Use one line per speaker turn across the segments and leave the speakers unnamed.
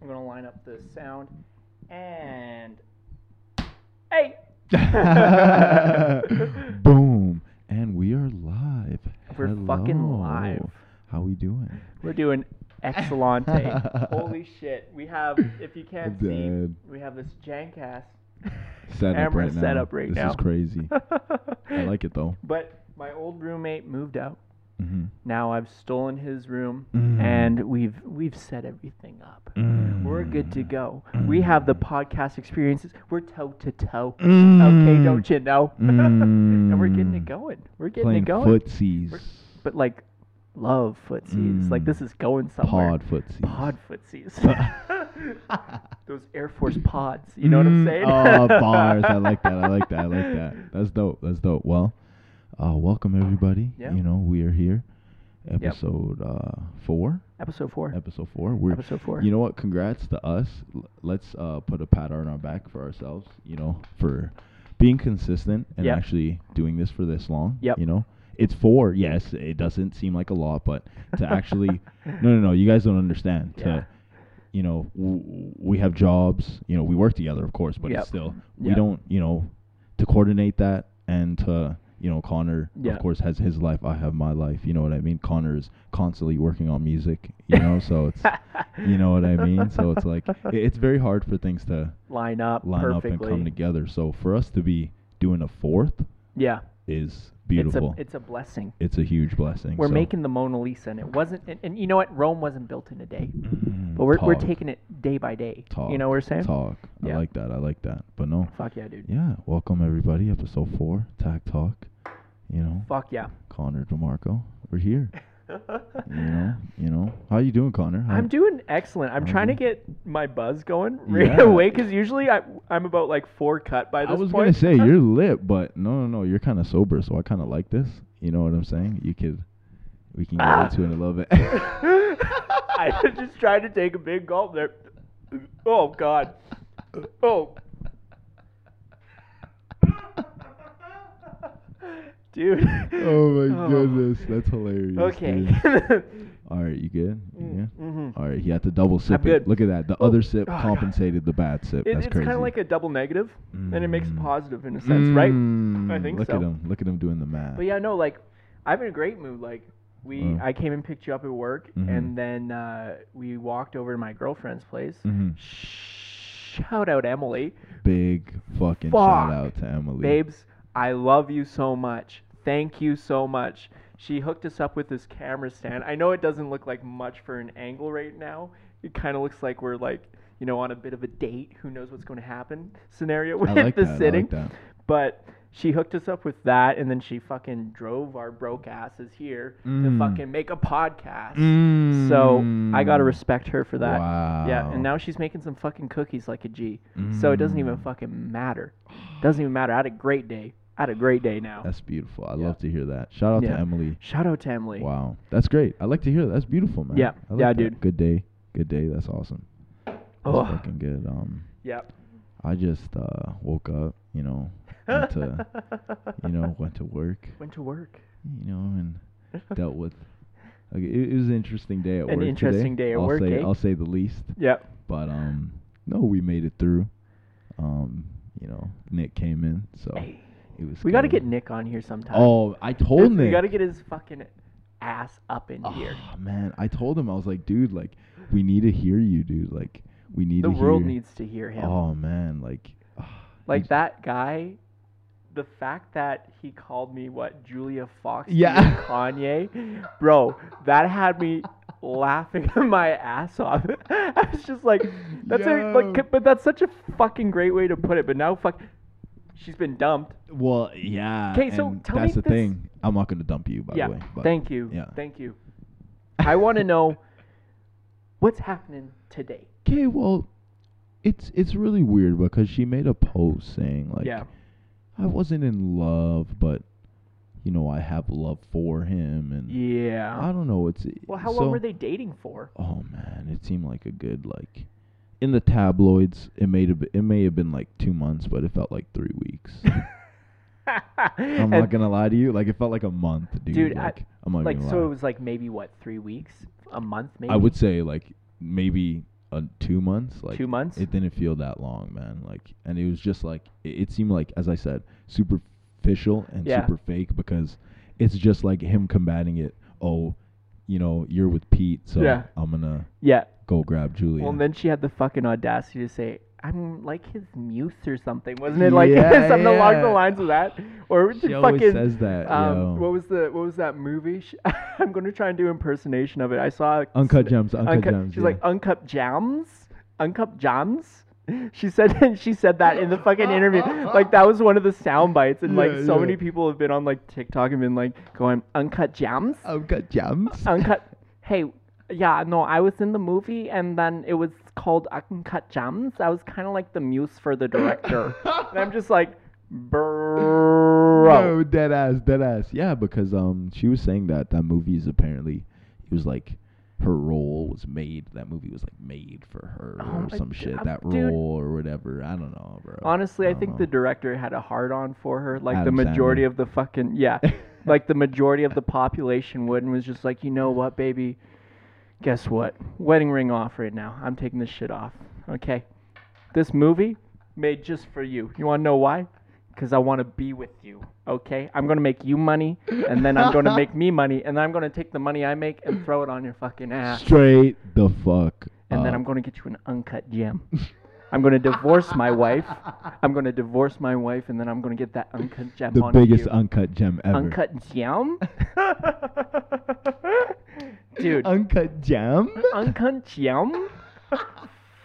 We're gonna line up the sound and hey.
Boom. And we are live.
We're fucking live.
Hello. How we doing?
We're doing excellente. Holy shit! We have, if you can't
Dead.
see, we have this Jancast
Set up
camera
right now.
set up right
this
now.
is crazy. I like it though.
But my old roommate moved out.
hmm
Now I've stolen his room,
Mm.
and we've we've set everything up. We're
Mm.
good to go. We have the podcast experiences. We're toe to toe.
Mm-hmm. Mm.
Okay, don't you know? and we're getting it going. We're getting
Playing
it going.
footsies.
We're- But like, love footsies. Like
Mm.
this is going somewhere.
Pod footsies.
Pod footsies. Those Air Force pods. You know what I'm
Mm,
saying?
Oh, bars. I like that. I like that. I like that. That's dope. That's dope. Well, uh, welcome everybody.
Yeah.
You know, we are here. Episode uh, four.
Episode four.
Episode four. We're
Episode four.
You know what? Congrats to us. L- Let's uh, put a pat on our back for ourselves. You know, for being consistent and
Yep.
actually doing this for this long.
Yep.
You know, it's four. Yes, it doesn't seem like a lot, but to actually, no, no, no. You guys don't understand.
Yeah.
To, you know, w- we have jobs. You know, we work together, of course, but
Yep.
it's still we
Yep.
don't. You know, to coordinate that and to you know, Connor
Yeah.
of course has his life. I have my life. You know what I mean? Connor is constantly working on music. You know, so it's you know what I mean? So it's like i- it's very hard for things to
Line up
line
perfectly.
up and come together. So for us to be doing a fourth
Yeah.
is beautiful.
It's a, it's a blessing.
It's a, huge blessing.
We're
so-
making the Mona Lisa, and it wasn't. And, and you know what? Rome wasn't built in a day,
Mm,
but we're, we're
talk,
taking it day by day.
talk,
You know what we're saying?
Talk. I
Yeah.
like that. I like that. But no,
Fuck yeah, dude.
yeah. Welcome everybody. Episode four, Tack Talk. You know,
Fuck yeah.
Connor DeMarco. We're here. You know. You know. How you doing, Connor? How-
I'm doing excellent. I'm trying to
Mhm.
get my buzz going right
Yeah.
away because usually I, I'm about like four cut by this
I was
point.
gonna say you're lit, but no, no, no, you're kind of sober, so I kind of like this. You know what I'm saying? You could, we can get
Ah.
into it a little bit.
I just tried to take a big gulp there. Oh God. Oh. Dude.
oh my goodness, that's hilarious.
Okay.
dude. All right, you good? You good?
Mhm.
All right, he had to double sip
good.
it. Look at that. The
Oh,
other sip
oh, God.
compensated the bad sip.
It,
that's
it's
crazy.
kind of like a double negative, and it makes
Mm.
positive in a sense, right? I think
look
so.
at him. Look at him doing the math.
But yeah, no, like I'm in a great mood. Like we,
Mm.
I came and picked you up at work,
Mhm.
and then uh, we walked over to my girlfriend's place.
Mhm.
Shout out Emily,
Big fucking shout
Fuck,
out to Emily.
babes. I love you so much. Thank you so much. She hooked us up with this camera stand. I know it doesn't look like much for an angle right now. It kind of looks like we're like, you know, on a bit of a date. Who knows what's going to happen? Scenario with
I like
the
that.
sitting.
I like that.
But she hooked us up with that, and then she fucking drove our broke asses here
Mm.
to fucking make a podcast. So I gotta
Mm.
respect her for that.
Wow. Mm.
Yeah, and now she's making some fucking cookies like a G. So it doesn't even fucking matter. Doesn't even matter. I had a great day. I had a great day now.
That's beautiful. I
Yeah.
love to hear that. Shout out
Yeah.
to Emily.
Shout out to Emily.
Wow, that's great. I like to hear that. That's beautiful, man.
Yeah.
I like
Yeah,
that.
dude.
Good day, good day. That's awesome. That's
Ugh.
fucking good. Um,
Yep.
I just uh woke up, you know, went to you know went to work,
Went to work.
you know, and dealt with. Okay, it, it was an interesting day at
An
work. today.
interesting day at
I'll
work,
Say,
eh?
I'll say the least.
Yep.
But um, no, we made it through. Um, you know, Nick came in, so
Hey.
it was.
We gotta
good.
get Nick on here sometime.
Oh, I told Nick.
We gotta get his fucking ass up in here.
Oh man, I told him I was like, dude, like we need to hear you, dude. Like we need
The
to
world
hear.
needs to hear him.
Oh man, like ah,
Like
he-
that guy, the fact that he called me what Julia Fox,
Yeah.
and Kanye, bro, that had me laughing my ass off. I was just like, that's a,
Yo.
like, c- but that's such a fucking great way to put it. But now, fuck, she's been dumped.
Well, yeah.
'Kay, so
and
tell
that's
me
the
this-
thing. I'm not gonna dump you, by
yeah,
the way. But
thank you,
yeah.
thank you. I want to know what's happening today.
Okay, well, it's it's really weird because she made a post saying like,
yeah,
I wasn't in love, but you know I have love for him, and
yeah.
mm. I don't know. It's
Well, how
so-
long were they dating for?
Oh man, it seemed like a good like. In the tabloids, it may have it may have been like two months, but it felt like three weeks. I'm
And-
not gonna lie to you, like it felt like a month, dude.
Dude, I-
like, I, am not
like
gonna
so it
lie.
was like maybe what three weeks a month maybe
I would say like maybe uh, two months. Like
Two months?
It didn't feel that long, man. Like, and it was just like it, it seemed like, as I said, superficial and
Yeah.
super fake because it's just like him combating it. Oh, you know, you're with Pete, so
Yeah.
I'm gonna
Yeah.
go grab Julia.
Well, and then she had the fucking audacity to say, "I'm like his muse or something," wasn't it? Like
Yeah,
something along the
yeah.
lines of that, or
she
the
always
fucking.
says that. yo.
um, what was the what was that movie? Sh I'm gonna try and do impersonation of it. I saw a
Uncut
sni-
Gems, Uncut Gems,
She's like uncut jams, uncut jams. She said she said that in the fucking interview. Like that was one of the sound bites, and like
Yeah,
so
yeah.
many people have been on like TikTok and been like going uncut jams,
Uncut Gems.
uncut. hey, yeah, no, I was in the movie, and then it was called Uncut Gems. I was kind of like the muse for the director, and I'm just like, bro.
No, dead ass, dead ass. Yeah, because um, she was saying that that movie is apparently it was like her role was made. That movie was like made for her
Oh my
or some shit.
God,
That
dude.
role or whatever. I don't know, bro.
Honestly, I
don't
think
know.
the director had a hard on for her. Like
uh, Adam
the majority
Sandler.
of the fucking yeah, like the majority of the population would, and was just like, you know what, baby, guess what? Wedding ring off right now. I'm taking this shit off. Okay, this movie made just for you. You want to know why? Because I want to be with you. Okay, I'm gonna make you money, and then I'm gonna make me money, and then I'm gonna take the money I make and throw it on your fucking ass
straight the fuck.
and then
up.
I'm going to get you an uncut gem. I'm going to divorce my wife. I'm going to divorce my wife, and then I'm going to get that uncut gem
the
on
biggest
you.
uncut gem ever.
uncut gem, dude.
Uncut gem.
uncut gem.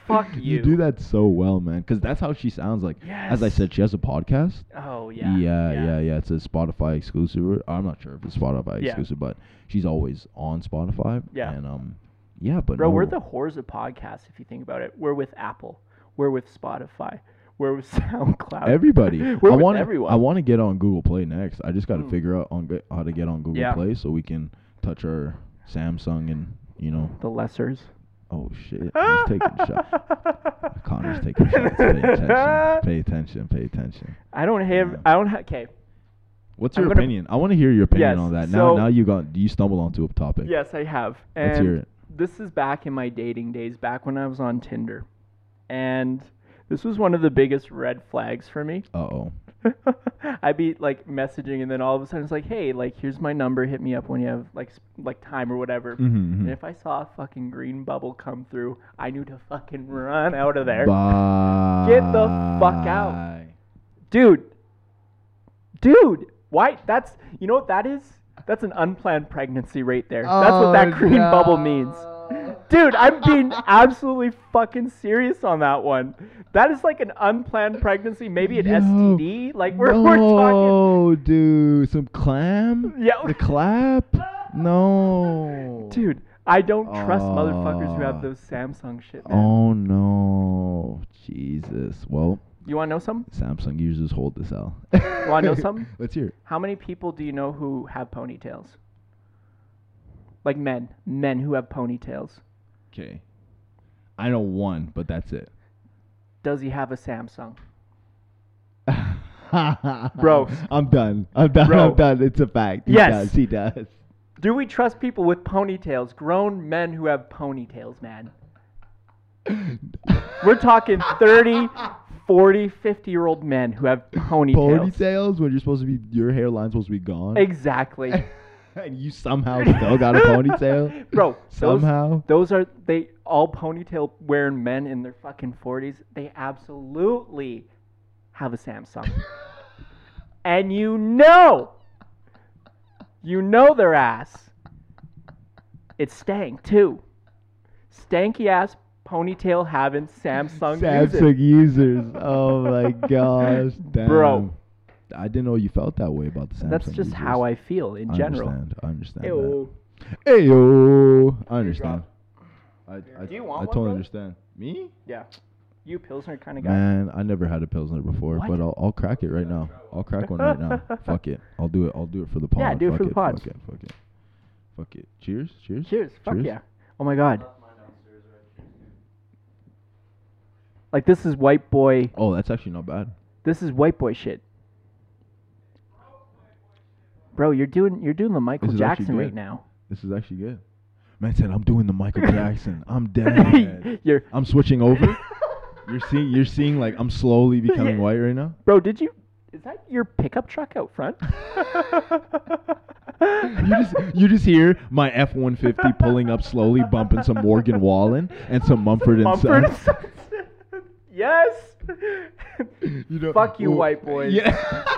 Fuck you.
You do that so well, man. Because that's how she sounds like. As I
Yes.
said, she has a podcast.
Oh yeah.
yeah, yeah, yeah. It's a Spotify exclusive. or- I'm not sure if it's Spotify
Yeah.
exclusive, but she's always on Spotify.
Yeah.
and um, yeah, but
Bro,
no,
we're the whores of podcasts if you think about it. We're with Apple. We're with Spotify. We're with SoundCloud.
everybody.
We're
I
with
want
everyone.
I want to get on Google Play next. I just got to
Mm.
figure out on go- how to get on Google
Yeah.
Play so we can touch our Samsung and you know.
the lessers.
Oh shit! He's taking shots. Connor's taking shots. Pay attention. Pay attention. Pay attention.
I don't have.
Yeah.
I don't have. Okay.
What's
I'm
your
gonna-
opinion? I want to hear your opinion
Yes,
on that. Now,
so-
now you got you stumbled onto a topic.
Yes, I have. And
Let's hear it.
This is back in my dating days, back when I was on Tinder. And this was one of the biggest red flags for me.
Uh oh.
I'd be like messaging, and then all of a sudden it's like, hey, like, here's my number. Hit me up when you have like, s- like time or whatever.
Mm-hmm.
And if I saw a fucking green bubble come through, I knew to fucking run out of there.
Bye.
Get the fuck out. Dude. Dude. Why? That's, you know what that is? That's an unplanned pregnancy right there. That's what that
Oh,
green bubble
no.
means. Dude, I'm being absolutely fucking serious on that one. That is like an unplanned pregnancy, maybe an
Yo,
STD. Like we're, we're talking.
No, dude, some clam.
Yeah.
The clap. No.
Dude, I don't trust
Aw.
motherfuckers who have those Samsung shit. Man.
Oh no. Jesus. Well,
You want to know something?
Samsung users hold this out.
wanna know something?
Let's hear. it.
How many people do you know who have ponytails? Like men, men who have ponytails.
Okay. I know one, but that's it.
Does he have a Samsung?
Bro, I'm done. I'm done.
Bro.
I'm done. It's a fact. He
Yes.
does. He does.
Do we trust people with ponytails? Grown men who have ponytails, man. We're talking 30, 40, 50 year old men who have ponytails.
Ponytails when you're supposed to be your hairline's supposed to be gone.
Exactly.
and you somehow still got a ponytail?
Bro, those-
Somehow.
Those are they all ponytail wearing men in their fucking 40s. They absolutely have a Samsung. and you know you know their ass. It's stank too. Stanky ass ponytail having Samsung. users.
Samsung users. Oh my gosh. Damn.
Bro.
I didn't know you felt that way about the Samsung.
That's just how
users.
I feel in general.
Understand. I understand.
Ew.
That. Ayo. I understand. I, I,
Do you want
I
one,
totally
bro?
understand. Me?
Yeah. You Pilsner kind of guy.
Man, I never had a pilsner before,
What?
but I'll, I'll crack it right now. I'll crack one right now. Fuck it. I'll do it. I'll do it for the pod.
Yeah, do it
Fuck
for the pod.
Fuck it. Fuck it. Fuck it. Cheers. Cheers.
Cheers. Fuck
Cheers.
yeah. Oh my god. Like this is white boy.
Oh, that's actually not bad.
This is white boy shit. Bro, you're doing you're doing the Michael
This is actually
Jackson right
good.
now.
This is actually good. Man said, "I'm doing the Michael Jackson. I'm dead.
You're
I'm switching over. You're seeing. You're seeing like I'm slowly becoming
Yeah.
white right now.
Bro, did you? Is that your pickup truck out front?
You just you just hear my F-150 pulling up slowly, bumping some Morgan Wallen and some Mumford and
Mumford
Sons.
and Sons. yes.
You know,
Fuck you,
ooh,
white boys.
Yeah.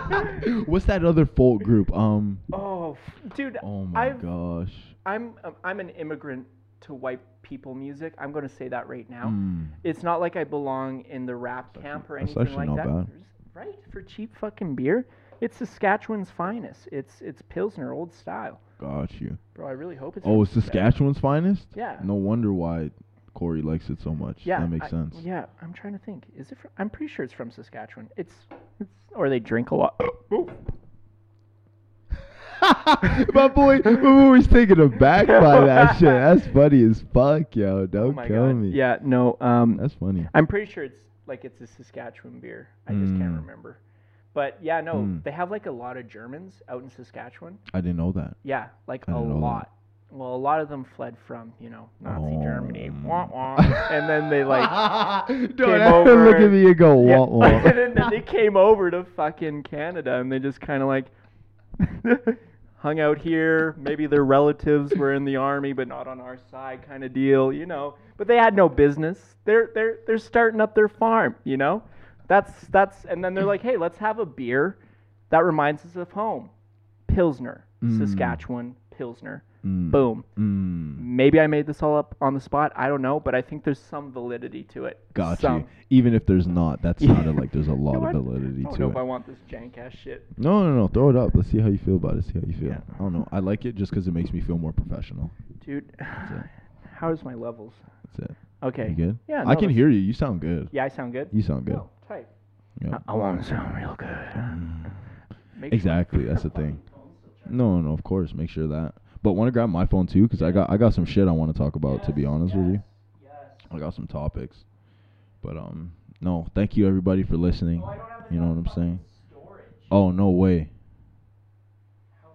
What's that other folk group? Um.
oh, f- dude.
Oh my
I've,
gosh.
I'm um, I'm an immigrant to white people music. I'm going to say that right now.
Mm.
It's not like I belong in the rap camp or
that's
anything
actually
like
not
that.
bad.
There's- Right for cheap fucking beer. It's Saskatchewan's finest. It's it's Pilsner old style.
Got you.
Bro, I really hope it's
Oh,
from
it's Saskatchewan's finest.
Yeah.
No wonder why Corey likes it so much.
Yeah,
That makes
I-
sense.
Yeah, I'm trying to think. Is it? From, I'm pretty sure it's from Saskatchewan. It's, it's or they drink a lot. Oh.
my boy, my boy's taken aback by that shit. That's funny as fuck, yo. Don't
Oh my
kill
god.
me.
Yeah, no. Um,
That's funny.
I'm pretty sure it's like it's a Saskatchewan beer. I just can't
Mm.
remember. But yeah, no,
Mm.
they have like a lot of Germans out in Saskatchewan.
I didn't know that.
Yeah, like
I
a
didn't know that.
lot. Well, a lot of them fled from you know Nazi Germany,
Oh.
wah, wah. and then they like
Dude,
came
that-
over
Look at me and go,
Yeah.
wah, wah.
and then they came over to fucking Canada and they just kind of like hung out here. Maybe their relatives were in the army, but not on our side, kind of deal, you know. But they had no business. They're they're they're starting up their farm, you know. That's that's and then they're like, hey, let's have a beer that reminds us of home, Pilsner,
Mm.
Saskatchewan Pilsner.
Mm,
Boom.
Mm,
Maybe I made this all up on the spot. I don't know, but I think there's some validity to it.
got
Some.
you. Even if there's not, that
Yeah.
sounded like there's a lot
know what?
of validity
I don't
to
know
it.
if I want this jank ass shit.
No, no, no. Throw it up. Let's see how you feel about it. See how you feel.
Yeah.
I don't know. I like it just because it makes me feel more professional.
Dude,
it.
how is my levels?
That's it.
Okay.
You good?
Yeah.
I
no,
can
that's-
hear you. You sound good.
Yeah, I sound good.
You sound good.
Oh, tight.
Yeah.
I, want to sound real good.
Mm.
Make sure-
Exactly. That's the thing. No, no, of course. Make sure that. But want to grab my phone too, cause I got I got some shit I want to talk about. to be honest with you, I got some topics. But um, no. Thank you everybody for listening. You know what I'm saying? Oh no way.
Oh,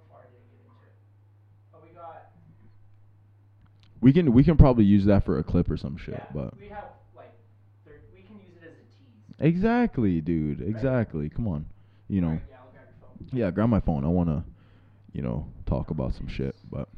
We can we can probably use that for a clip or some shit. But
we have like, there- we can use it as a tease.
exactly, dude. Exactly. Come on. You know.
Alright, yeah, I'll grab your phone.
Yeah, grab my phone. I wanna, you know, talk about some shit. But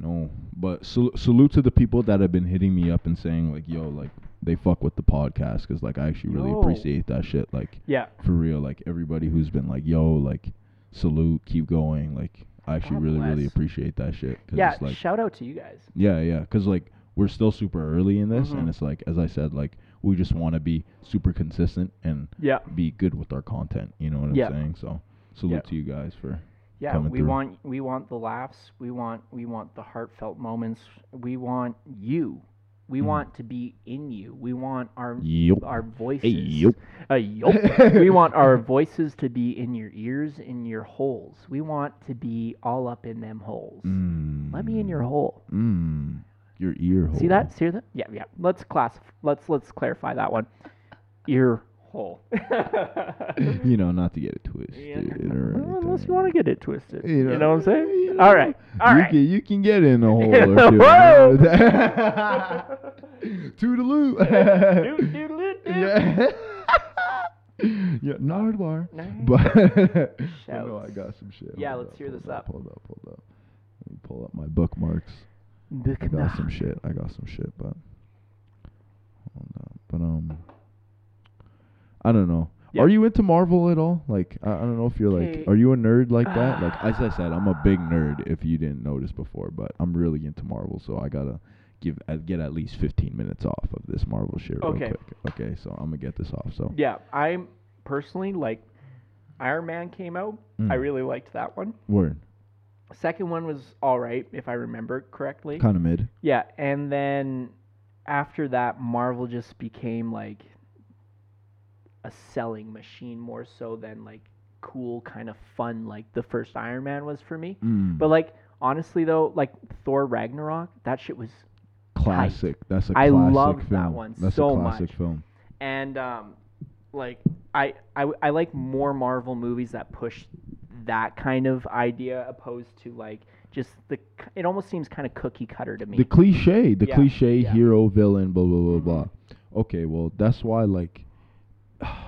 no, but sal- salute to the people that have been hitting me up and saying like, "Yo, like they fuck with the podcast," because like I actually really
Yo.
appreciate that shit. Like
Yeah.
for real, like everybody who's been like, "Yo, like salute, keep going." Like I actually
God
really really
bless.
appreciate that shit. Cause
Yeah.
it's like,
shout out to you guys.
yeah, yeah, because like we're still super early in this,
Mhm.
and it's like as I said, like we just want to be super consistent and
Yeah.
be good with our content. You know what I'm
Yeah.
saying? So salute
Yeah.
to you guys for
Yeah,
coming
we
through.
want we want the laughs. We want we want the heartfelt moments. We want you. We
Mhm.
want to be in you. We want our
yep.
our voices.
yup.
Uh, yup. we want our voices to be in your ears, in your holes. We want to be all up in them holes.
Mm.
Let me in your hole.
Mm. Your ear hole.
See that? See that? Yeah, yeah. Let's class. Let's let's clarify that one. Ear hole.
you know, not to get it twisted
Yeah.
or anything.
Well, unless you want to get it twisted.
You
You know,
know,
what I'm saying?
you know,
all right. All
you
right.
Can, you can get in a hole or two. Toodaloo. yeah. yeah, Nardwar. But I know I
Shouts.
got some shit.
Yeah,
Hold
let's hear
hold
this up.
Hold up, hold up. Let me pull up my bookmarks. I got some shit. I got some shit, but hold up. But um, I don't know.
Yeah.
Are you into Marvel at all? Like, I, I don't know if you're like,
Okay.
are you a nerd like that? Like, as I said, I'm a big nerd. If you didn't notice before, but I'm really into Marvel, so I gotta give I get at least 15 minutes off of this Marvel shit real
Okay.
quick. Okay, so I'm gonna get this off. So
Yeah, I'm personally like Iron Man came out. I
Mm.
really liked that one.
word,
Second one was all right, if I remember correctly.
kind of mid.
Yeah, and then after that, Marvel just became like a selling machine more so than like cool, kind of fun, like the first Iron Man was for me.
Mm.
But like honestly though, like Thor Ragnarok, that shit was
classic. That's a
I
classic
love that
film.
one
That's
so
a classic
much.
film.
and um, like I, I w- I like more Marvel movies that push that kind of idea opposed to like just the c- it almost seems kind of cookie cutter to me.
The cliche, the
Yeah,
cliche
yeah.
hero, villain, blah blah blah blah. Okay, well that's why like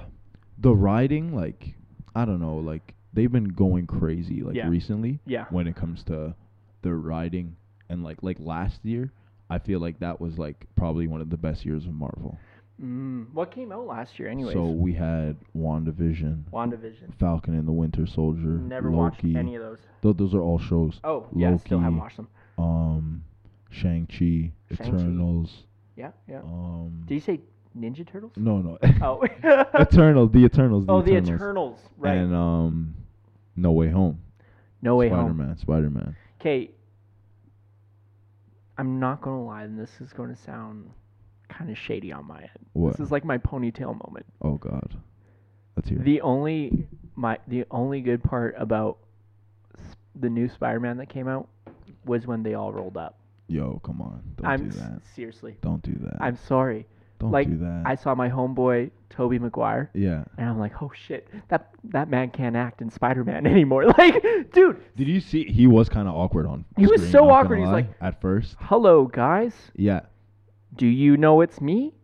the writing, like I don't know, like they've been going crazy like
Yeah.
recently
Yeah.
when it comes to the writing and like like last year, I feel like that was like probably one of the best years of Marvel.
Mm, what came out last year, anyways?
So we had WandaVision,
WandaVision.
Falcon and the Winter Soldier,
Never watched
er, Loki.
any of those.
Tho- those are all shows.
Oh, yeah, still haven't
Loki.
watched them.
Um, Shang-Chi,
Shang-Chi.
Eternals.
Yeah, yeah.
Um,
Did you say Ninja Turtles?
no, no.
Oh.
Eternal, the Eternals, the
oh, the
Eternals,
Eternals, right?
and um, No Way Home,
no way home.
Spider-Man, Spider-Man.
Okay. I'm not gonna lie, and this is gonna sound kind of shady on my end.
What?
This is like my ponytail moment.
oh God, let's hear. it.
The only my the only good part about s- the new Spider-Man that came out was when they all rolled up.
Yo, come on, don't
I'm
do
s-
that.
seriously.
Don't do that.
I'm sorry.
don't
like,
do that.
I saw my homeboy Toby Maguire,
yeah.
and I'm like, oh shit, that that man can't act in Spider-Man anymore. Like, dude,
Did you see? He was kind of awkward on.
He was
screen,
so
not gonna
awkward, he's
lie,
like-
at first.
hello guys,
Yeah.
do you know it's me?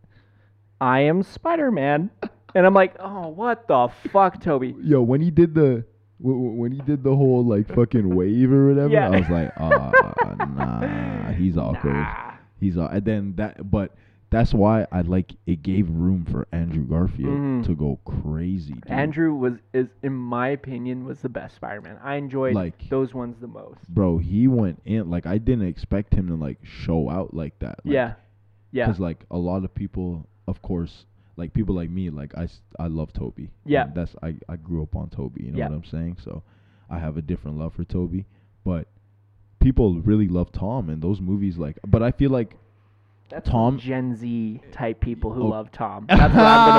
I am Spider-Man, and I'm like, oh what the fuck, Toby?
Yo, when he did the w- w- when he did the whole like fucking wave or whatever,
Yeah.
I was like, ah, nah, he's awkward.
Nah.
He's aw- and then that, but that's why I like it gave room for Andrew Garfield
Mhm.
to go crazy. Dude.
Andrew was is in my opinion was the best Spider-Man. I enjoyed
Like-
those ones the most.
bro, he went in like I didn't expect him to like show out like that. Like,
yeah. Yeah.
Because like a lot of people, of course, like people like me, like I, s- I love Toby.
Yeah.
And that's I I grew up on Toby. You know
Yeah.
what I'm saying? So I have a different love for Toby, but people really love Tom and those movies. Like, but I feel like
That's
Tom-
Gen Z type people who
Oh.
love Tom. That's what I'm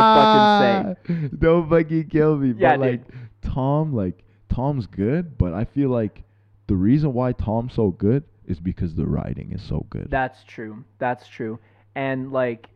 gonna fucking say.
fucking say. Don't fucking kill me.
Yeah,
but like Tom, like Tom's good, but I feel like the reason why Tom's so good is because the writing is so good.
That's true. That's true. And like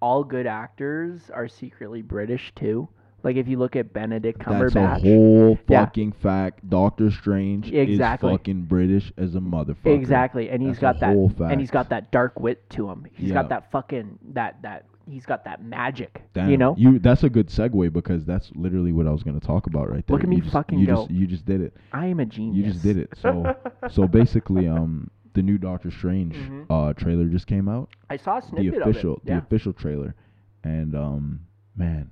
all good actors are secretly British too. Like if you look at Benedict
That's a
Cumberbatch.
whole
Yeah.
fucking fact. Doctor Strange
Exactly.
is fucking British as a motherfucker.
Exactly. And he's
That's
got
a
that
whole
and he's got
fact.
that dark wit to him. He's
Yeah.
got that fucking that that he's got that magic.
Damn.
You know?
you that's a good segue because that's literally what I was gonna talk about right there.
Look at me
You just-
fucking
you
go.
Just, you just did it.
I am a genius.
You just did it. So, so basically, um, the new Doctor Strange
Mhm.
uh trailer just came out.
I saw a
the
snippet
official
of it. Yeah.
the official trailer and um man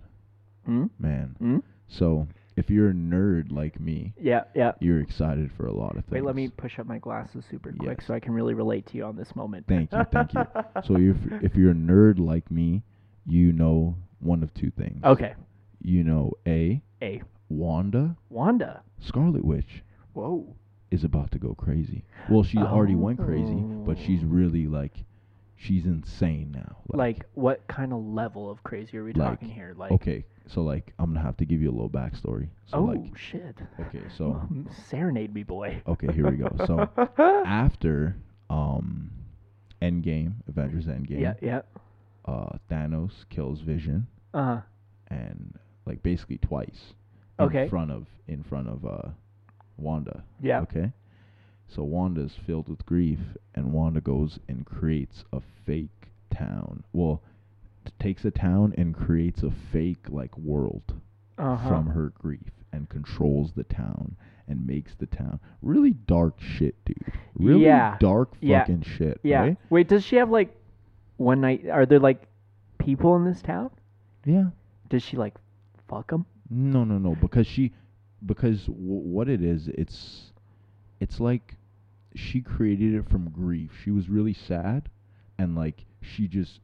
Hmm?
man
Hmm?
so if you're a nerd like me
Yeah, yeah.
you're excited for a lot of things
Wait, let me push up my glasses super quick
Yes.
so I can really relate to you on this moment.
thank you thank you so if, if you're a nerd like me you know one of two things
Okay.
you know a
A.
wanda
Wanda.
scarlet witch
Whoa.
is about to go crazy well she already went crazy but she's
Oh.
really like she's insane now
Like, what kind of level of crazy are we
Like,
talking here? Like
okay so like i'm gonna have to give you a little backstory so
Oh
like
shit.
okay so
M- Serenade me boy.
Okay, here we go. So after um Endgame, Avengers Endgame,
Yeah, yeah.
uh Thanos kills Vision
Uh
and like basically twice
Okay.
in front of in front of uh Wanda.
yeah.
Okay. So Wanda's filled with grief and Wanda goes and creates a fake town. Well, t- takes a town and creates a fake like world
Uh-huh.
from her grief and controls the town and makes the town really dark shit, dude. Really
Yeah.
dark
Yeah.
fucking shit.
yeah.
Right?
Wait, does she have like one night are there like people in this town?
Yeah.
Does she like fuck them?
No, no, no. Because she, because w- what it is, it's, it's like, she created it from grief. She was really sad, and like she just,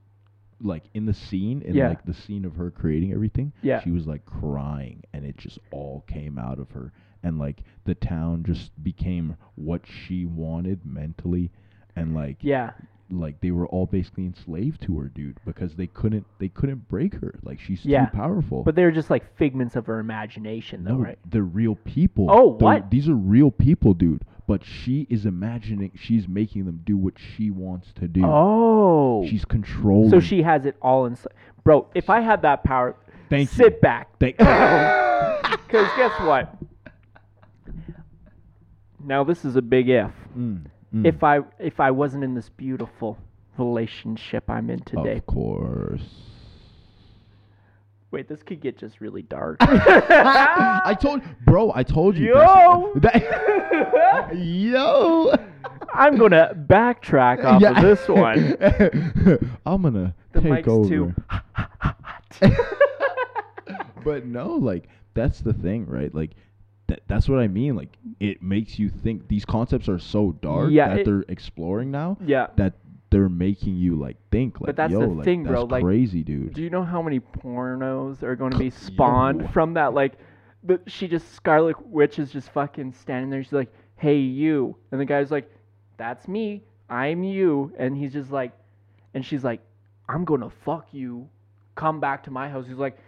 like in the scene, in
Yeah.
like the scene of her creating everything,
Yeah.
she was like crying, and it just all came out of her, and like the town just became what she wanted mentally, and like
Yeah.
like they were all basically enslaved to her, dude, because they couldn't they couldn't break her. Like she's
Yeah.
too powerful.
But they're just like figments of her imagination though,
No,
right?
they're real people.
Oh,
They're-
what?
These are real people, dude. But she is imagining, she's making them do what she wants to do.
Oh.
She's controlling.
So she has it all in. Bro, if I had that power,
Thank you.
sit back.
Thank-
Because guess what? Now this is a big if.
Mm, mm.
If I if I wasn't in this beautiful relationship I'm in today.
Of course.
Wait, this could get just really dark.
I told, bro. I told you.
Ah! Yo!
that's- that- yo.
I'm gonna backtrack off
Yeah.
of Uh, this one.
I'm gonna
The
take
mic's
over.
too
But no, like that's the thing, right? Like that, that's what I mean. Like it makes you think these concepts are so dark
Yeah,
that
it-
they're exploring now
yeah.
that they're making you like think like
that's
yo,
the
like,
thing,
that's
bro, like,
crazy, dude.
Do you know how many pornos are going to be
Yo.
spawned from that? Like, the, she just Scarlet Witch is just fucking standing there. She's like, "Hey, you," and the guy's like, "That's me. I'm you," and he's just like, and she's like, "I'm gonna fuck you. Come back to my house." He's like,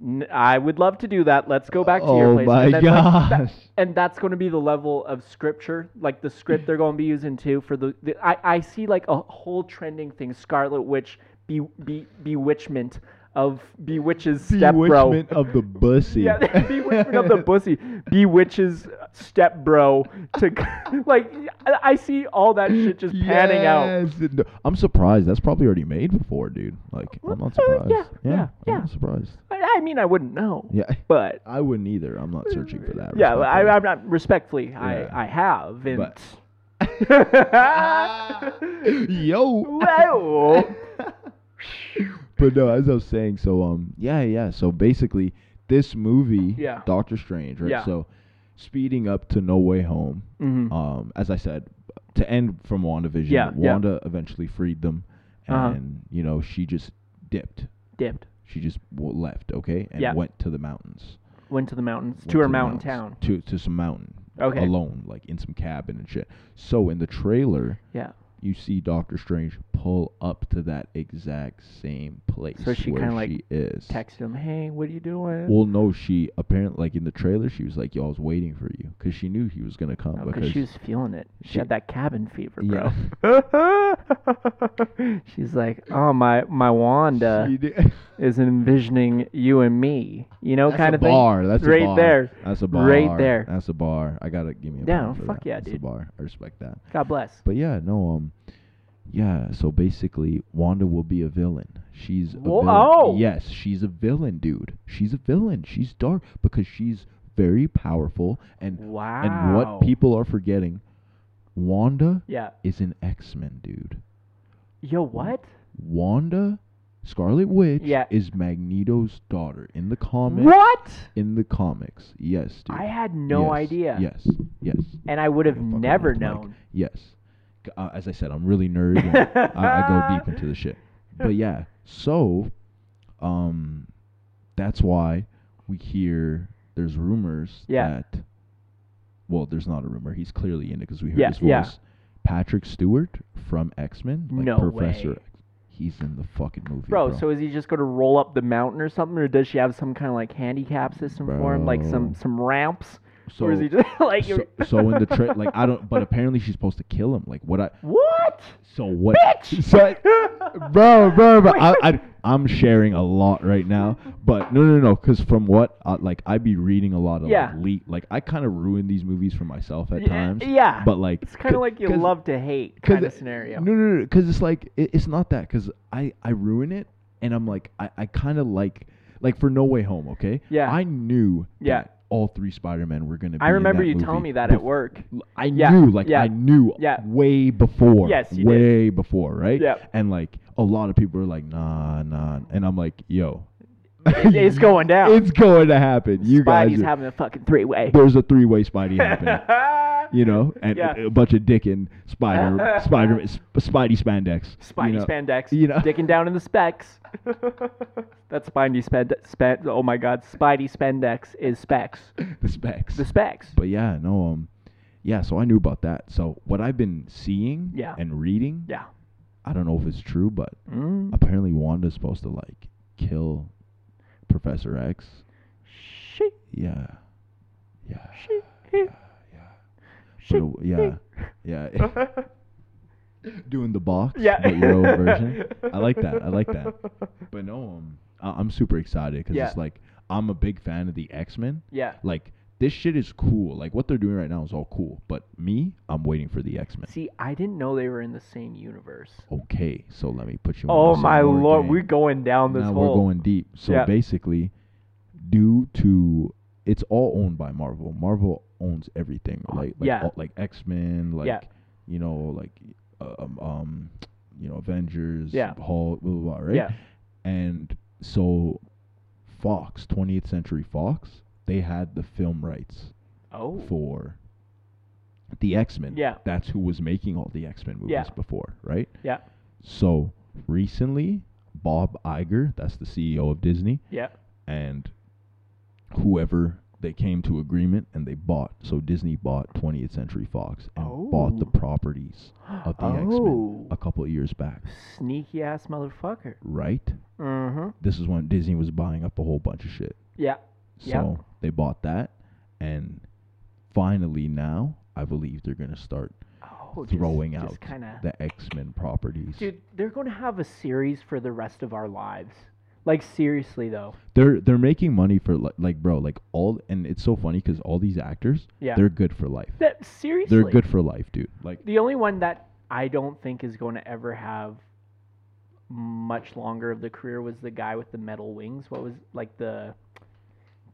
"N- "I would love to do that. Let's go back to your
oh
place."
my
and then, like,
gosh.
and that's going to be the level of scripture, like the script they're going to be using too for the. the I, I see like a whole trending thing: Scarlet Witch be, be, bewitchment of bewitches step bro.
Bewitchment of the bussy.
Yeah, bewitchment of the pussy, bewitches step bro to like. I, I see all that shit just panning out.
Yes. No, I'm surprised. That's probably already made before, dude. Like, I'm not surprised.
Uh, yeah,
yeah,
yeah,
I'm
yeah.
not surprised.
I, I mean, I wouldn't know,
Yeah,
but
I wouldn't either. I'm not searching for that.
yeah, I,
respectfully.
I'm not respectfully.
Yeah.
I I have and.
But- Yo.
Well.
But no, as I was saying, so um, yeah, yeah. So basically, this movie,
Yeah.
Doctor Strange, right?
Yeah.
So, speeding up to No Way Home.
Mhm.
Um, as I said, to end from WandaVision,
Yeah, yeah.
Wanda eventually freed them, and
Uh-huh.
you know she just dipped.
Dipped.
She just w- left, okay, and
Yeah.
went to the mountains.
went to the mountains
Went
to her
the
mountain
mountains,
town.
To to some mountain.
Okay.
Alone, like in some cabin and shit. So in the trailer,
Yeah.
you see Doctor Strange pull up to that exact same place
So she
where
kinda, like,
she is.
Texted him, hey, what are you doing?
Well, no, she apparently like in the trailer she was like, "Yo, I was waiting for you," because she knew he was gonna come.
Oh,
because
she was feeling it. She,
she-
had that cabin fever,
Yeah.
bro. She's like, oh my, my Wanda
She did-
is envisioning you and me, you know,
That's
kind
a
of
bar. That's a
right
bar.
there.
That's a bar.
Right there.
That's a bar. I gotta give me a
Yeah,
bar for
fuck
that.
yeah,
That's a
dude.
bar. I respect that.
thing. God bless.
But yeah, no, um, yeah. So basically, Wanda will be a villain. She's a
Whoa-
villain.
oh!
yes, she's a villain, dude. She's a villain. She's dark because she's very powerful. And
Wow.
and what people are forgetting, Wanda
Yeah.
is an X Men, dude.
Yo, what?
Wanda, Scarlet Witch,
Yeah.
is Magneto's daughter in the comic.
What?
In the comics, yes, dude.
I had no
Yes,
idea.
Yes, yes,
And I would have
Fucking
never
off the mic.
known.
yes. C- Uh, as I said, I'm really nerd. and I,
Uh,
I go deep into the shit. But yeah, so um, that's why we hear there's rumors
Yeah.
that. Well, there's not a rumor. He's clearly in it because we heard
Yeah,
his voice.
yeah.
Patrick Stewart from X Men, like
No
Professor.
way.
X. He's in the fucking movie,
Bro,
bro.
so is he just going to roll up the mountain or something, or does she have some kind of like handicap system for him, like some
Bro.
some ramps,
So-
or is he just like
so, so in the tra- like I don't, but apparently she's supposed to kill him. Like what I
what?
so what?
Bitch!
So, bro, bro, bro. I, I I'm sharing a lot right now, but no, no, no. Because from what I, like I be reading a lot of
Yeah.
like, leak. Like I kind of ruin these movies for myself at
Yeah,
times.
yeah.
But like
It's kind of like you
love.
love to hate
'cause
kind of
it-
scenario.
No, no, no, because it's like it, it's not that. Because I I ruin it, and I'm like I I kind of like like for No Way Home. Okay.
Yeah.
I knew.
Yeah.
That all three Spider Men were gonna. be
I remember
in
you
that
telling
movie
me that
bef-
at work.
I
Yeah,
knew, like
yeah,
I knew,
yeah.
way before,
Yes, you did.
way before, right?
Yep.
And like a lot of people are like, nah, nah, and I'm like, yo,
It- it's going down.
it's going to happen. You
Spidey's
guys, are-
having a fucking three way.
there's a three way Spidey happening. You know, and
Yeah.
a, a bunch of Dickin Spider Spider Sp- Spidey spandex.
Spidey
you know?
spandex,
you know.
dicking down in the specs. That's Spidey spandex. Span, oh my God, Spidey spandex is specs.
the specs.
The specs.
but yeah, no, um, yeah. So I knew about that. So what I've been seeing
Yeah.
and reading,
Yeah.
I don't know if it's true, but
Mm.
apparently Wanda's supposed to like kill Professor X.
She,
Yeah, yeah,
she, he,
but
she.
it, yeah, yeah. Doing the box,
Yeah.
but your own version. I like that. I like that. But no, um, I- I'm super excited because
Yeah.
it's like I'm a big fan of the X Men.
Yeah.
Like this shit is cool. Like what they're doing right now is all cool. But me, I'm waiting for the X Men.
See, I didn't know they were in the same universe.
Okay, so let me put you. on
Oh
to some
my
more
lord,
game.
we're going down this
now
hole.
we're going deep. So
Yeah.
basically, due to it's all owned by Marvel. Marvel owns everything.
Oh,
Like like
yeah.
all- like X Men. Like
Yeah.
you know like um um you know Avengers.
Yeah.
Hulk. Blah blah blah. Right.
Yeah.
And so Fox, 20th Century Fox, they had the film rights
Oh.
for the X Men.
Yeah.
That's who was making all the X Men movies
Yeah.
before, right?
Yeah.
So recently, Bob Iger, that's the CEO of Disney,
Yeah.
and whoever they came to agreement and they bought. So Disney bought 20th Century Fox and bought the
Oh.
properties of the X Men
Oh.
a couple of years back,
Sneaky ass motherfucker.
right?
Mm-hmm.
This is when Disney was buying up a whole bunch of shit.
Yeah.
So
Yeah.
they bought that, and finally now I believe they're gonna start
Oh, just-
throwing
just,
out
kind of.
the X Men properties.
Dude, they're going to have a series for the rest of our lives. Like seriously though.
They're they're making money for li- like bro like all and it's so funny because all these actors
Yeah.
they're good for life.
That seriously.
They're good for life, dude. Like
The only one that I don't think is going to ever have much longer of the career was the guy with the metal wings. What was like the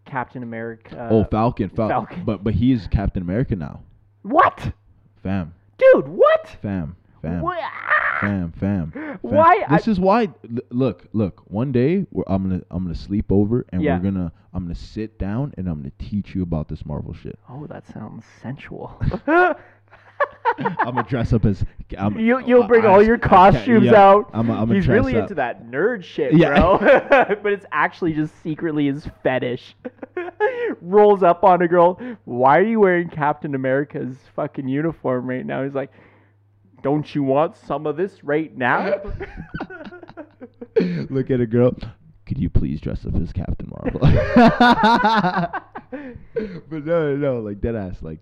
Captain America?
oh Falcon, Fal-
Uh, Falcon.
but but he is Captain America now.
what,
Fam,
dude? What?
fam, fam,
Wha- ah!
fam, fam. fam.
Why I-
This is why. l- Look, look. One day we're, I'm gonna I'm gonna sleep over and
Yeah.
we're gonna I'm gonna sit down and I'm gonna teach you about this Marvel shit.
Oh, that sounds sensual.
I'm gonna dress up as. I'm,
you you'll bring
Oh, I-
all your
I- I-
costumes
yeah,
out.
I'm a, I'm a
He's
dress
really
up.
into that nerd shit,
Yeah.
bro. but it's actually just secretly his fetish. Rolls up on a girl. Why are you wearing Captain America's fucking uniform right now? He's like, don't you want some of this right now?
Look at a girl. Could you please dress up as Captain Marvel? but no, no, no, like dead ass. Like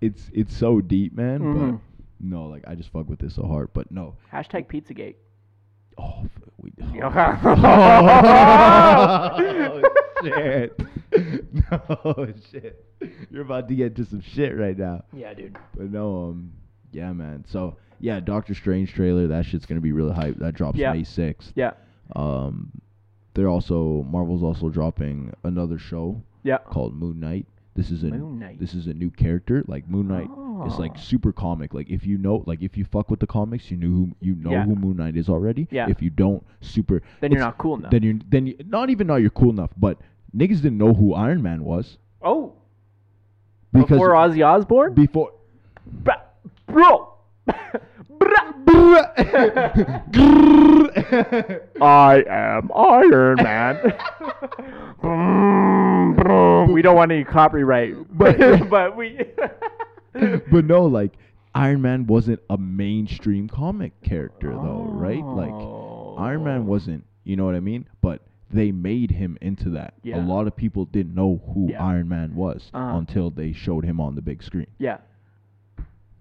it's it's so deep, man. But
Mhm.
no, like I just fuck with this so hard. But no.
Hashtag Pizzagate.
Oh, f- we.
Yeah.
Oh, shit. No shit. You're about to get to some shit right now.
Yeah, dude.
But no, um, yeah, man. So yeah, Doctor Strange trailer. That shit's gonna be really hype. That drops
Yeah.
May sixth.
Yeah.
Um, they're also Marvel's also dropping another show
Yeah. Oh,
called Moon Knight. This is a
Moon Knight.
this is a new character. Like Moon Knight is like
Oh.
super comic. Like if you know, like if you fuck with the comics, you knew who you know
Yeah.
who Moon Knight is already.
Yeah.
If you don't, super.
Then you're
it's-
not cool enough.
Then you're then you, not even now you're cool enough. But niggas didn't know who Iron Man was
oh,
because
before Ozzy Osbourne?
before
Bra- bro. Bra- I am Iron Man. we don't want any copyright,
But-
but but we.
but no, like Iron Man wasn't a mainstream comic character though, right? Like Iron
Oh.
Man wasn't, you know what I mean? But they made him into that.
Yeah.
A lot of people didn't know who
Yeah.
Iron Man was
Uh-huh.
until they showed him on the big screen.
Yeah.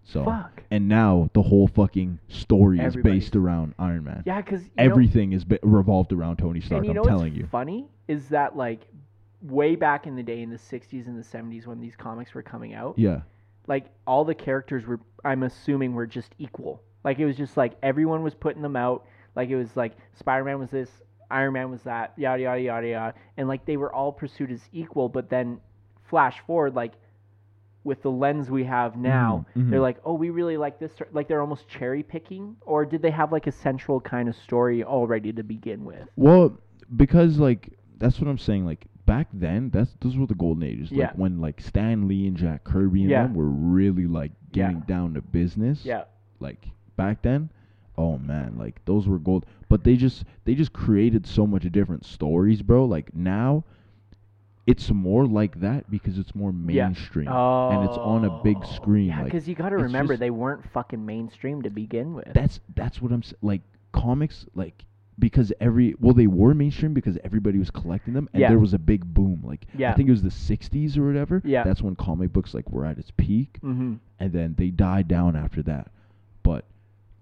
So
Fuck.
and now the whole fucking story is
Everybody's-
based around Iron Man.
Yeah, because
Everything is be- revolved around Tony
Know,
Stark.
and you know
I'm
what's
telling you.
funny is that like way back in the day in the '60s and the '70s when these comics were coming out,
Yeah.
like all the characters were I'm assuming were just equal. Like it was just like everyone was putting them out. Like it was like Spider Man was this, Iron Man was that, yada yada yada yada. And like they were all pursued as equal, but then flash forward, like with the lens we have now,
Mhm, mhm.
they're like, Oh, we really like this stor-" like they're almost cherry picking, or did they have like a central kind of story already to begin with?
Well, because like that's what I'm saying. Like back then, that's those were the golden ages.
Yeah.
Like when like Stan Lee and Jack Kirby and
Yeah.
them were really like
Yeah.
getting down to business.
Yeah.
Like back then, oh man, like those were gold. But they just they just created so much different stories, bro. Like now. It's more like that because it's more
Yeah.
mainstream and it's on a big
Oh.
screen.
Yeah,
like,
because you got to
it's
remember
just-
they weren't fucking mainstream to begin with.
that's that's what I'm s- like comics like because every well they were mainstream because everybody was collecting them and
Yeah.
there was a big boom like I
Yeah.
think it was the 60s or whatever
Yeah.
that's when comic books like were at its peak
mm-hmm.
and then they died down after that but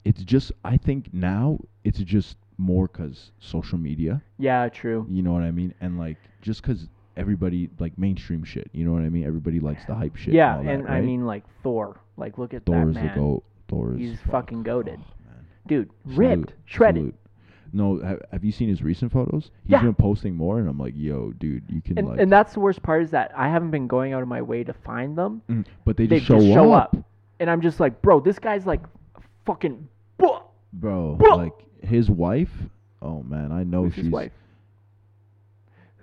it's just I think now it's just more cuz social media
Yeah, true.
you know what I mean and like just cuz everybody like mainstream shit. You know what I mean? Everybody likes the hype shit.
yeah,
all
and
that,
I
right?
mean like Thor. Like look at
Thor
that
is the
man.
goat. Thor is
He's
fuck.
fucking goaded.
Oh, man.
Dude,
Salute,
ripped, shredded.
salute. No, have, have you seen his recent photos? He's
Yeah.
been posting more, and I'm like, yo, dude, you can
And,
like.
and that's the worst part is that I haven't been going out of my way to find them.
Mm, but they
They
just show, up,
And I'm just like, bro, this guy's like fucking. Buh!
bro.
Bro.
Like his wife. Oh man, I know
Who's
she's.
his wife?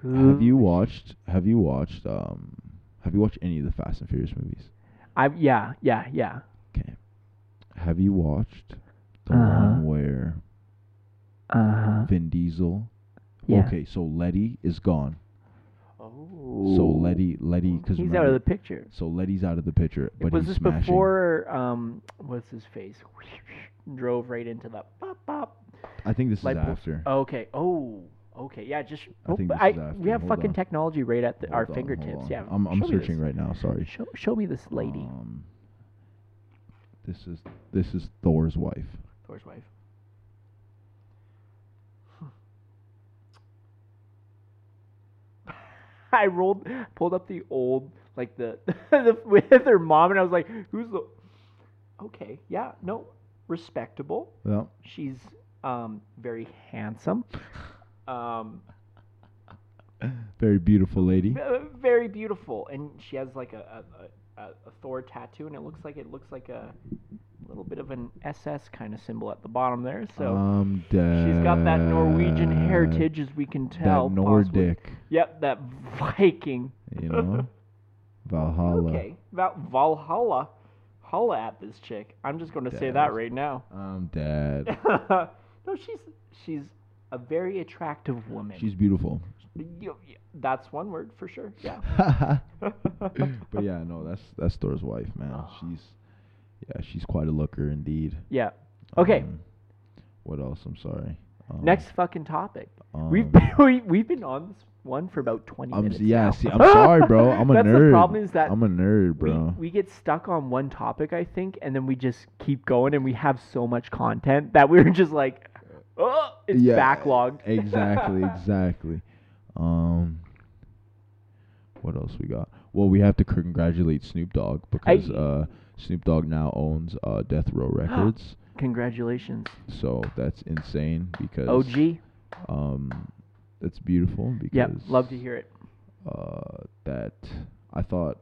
Have you
Who-
watched? Have you watched? Um, have you watched any of the Fast and Furious movies?
I yeah yeah yeah.
Okay. Have you watched the
Uh-huh.
one where
Uh huh.
Vin Diesel?
Yeah.
Okay, so Letty is gone.
Oh.
So Letty, Letty, because
He's out of the picture.
so Letty's out of the picture, but
was
he's
this
smashing.
before um what's his face drove right into the pop pop
I think this
Light
is
bulb-
after.
okay oh okay yeah just
I think
oh,
this is after.
we have
Hold
fucking
on.
technology right at the, our
Hold on, hold
fingertips
on.
yeah
I'm, I'm
show me
searching
this.
right now. Sorry.
show, show me this lady
Um, this is this is Thor's wife.
Thor's wife I rolled pulled up the old like the, the with their mom and I was like who's the okay yeah no respectable
Yeah.
She's um, very handsome, um,
Very beautiful lady.
v- uh, very beautiful, and she has like a, a, a, a Thor tattoo, and it looks like it looks like a little bit of an SS kind of symbol at the bottom there. So
Um,
she's got that Norwegian
dad-
heritage, as we can
That
tell. possibly.
Nordic,
Yep, that Viking.
you know. Valhalla.
Okay, about Valhalla. Holla at this chick. I'm just going to say
Dad.
that right now.
I'm dead.
no, she's she's a very attractive woman.
She's beautiful.
You- you- that's one word for sure. Yeah.
but yeah, no, that's that's Thor's wife, man.
Ah.
She's yeah, she's quite a looker indeed.
yeah. Okay.
Um, what else? I'm sorry. Um,
Next fucking topic.
um,
we've been, we, we've been on this one for about 20
I'm s-
minutes.
yeah,
now.
see, I'm sorry, bro. I'm a
That's
nerd.
the problem is that
I'm a nerd,
we,
bro.
we get stuck on one topic, I think, and then we just keep going and we have so much content that we're just like, oh, it's
Yeah,
backlogged.
exactly, exactly. Um, what else we got? Well, we have to congratulate Snoop Dogg because
Aye.
uh, Snoop Dogg now owns uh, Death Row Records.
Congratulations,
So that's insane because
OG.
um, that's beautiful because
Yeah, love to hear it.
uh, that I thought,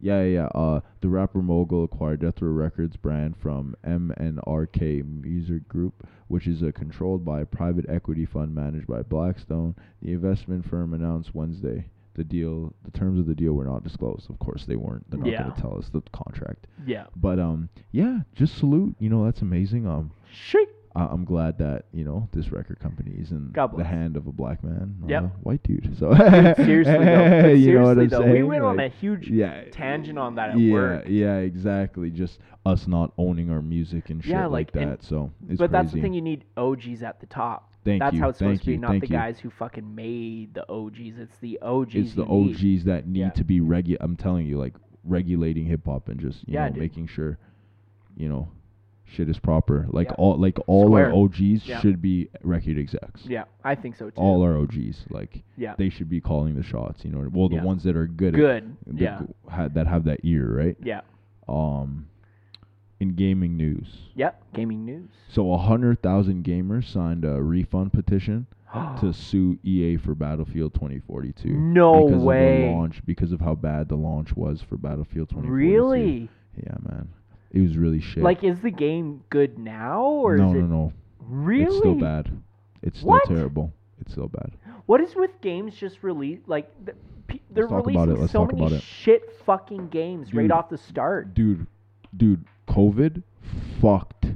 yeah, yeah, yeah, uh, the rapper mogul acquired Death Row Records brand from MNRK Music Group, which is uh, controlled by a private equity fund managed by Blackstone. The investment firm announced Wednesday the deal. The terms of the deal were not disclosed. Of course, they weren't. They're not
Yeah.
going to tell us the contract.
Yeah.
But um, yeah, just salute. You know, that's amazing. Um,
Shake.
I- I'm glad that you know this record company is in
God
the
bless.
hand of a black man, not
Yep.
a white dude. So
Seriously, though. But
you know what
seriously,
I'm
though,
saying?
We went on a
Like,
huge
yeah,
tangent on that at
yeah,
work.
yeah, exactly. Just us not owning our music and shit
Yeah,
like,
like, and-
that. So it's
but that's the
crazy.
thing you need OGs at the top.
Thank
that's
you,
how it's
thank
supposed to be,
you,
not
thank
the
you.
guys who fucking made the OGs. It's the OGs.
It's the
you need.
OGs that need
Yeah.
to be regu. I'm telling you, like regulating hip hop and just you
Yeah,
know
dude.
making sure, you know, shit is proper. Like
Yeah.
all like all
Square.
our OGs
Yeah.
should be record execs.
Yeah, I think so too.
All our OGs, like
Yeah.
they should be calling the shots. You know, well, the
Yeah.
ones that are good, at
good.
that
Yeah.
g- ha- that have that ear, right?
Yeah.
Um, in gaming news,
Yep. Gaming news.
so hundred thousand gamers signed a refund petition to sue EA for Battlefield 2042.
No
because Of
way.
the launch because of how bad the launch was for Battlefield 2042.
really?
Yeah, man, it was really shit.
Like, is the game good now, or
no,
is it
no, no,
really?
it's still bad. It's still
What?
terrible. It's still bad.
What is with games just release? Like, th- pe- they're
talk about
releasing
it, let's
so
talk about
many
it.
shit fucking games right
Dude.
off the start.
Dude, dude, COVID fucked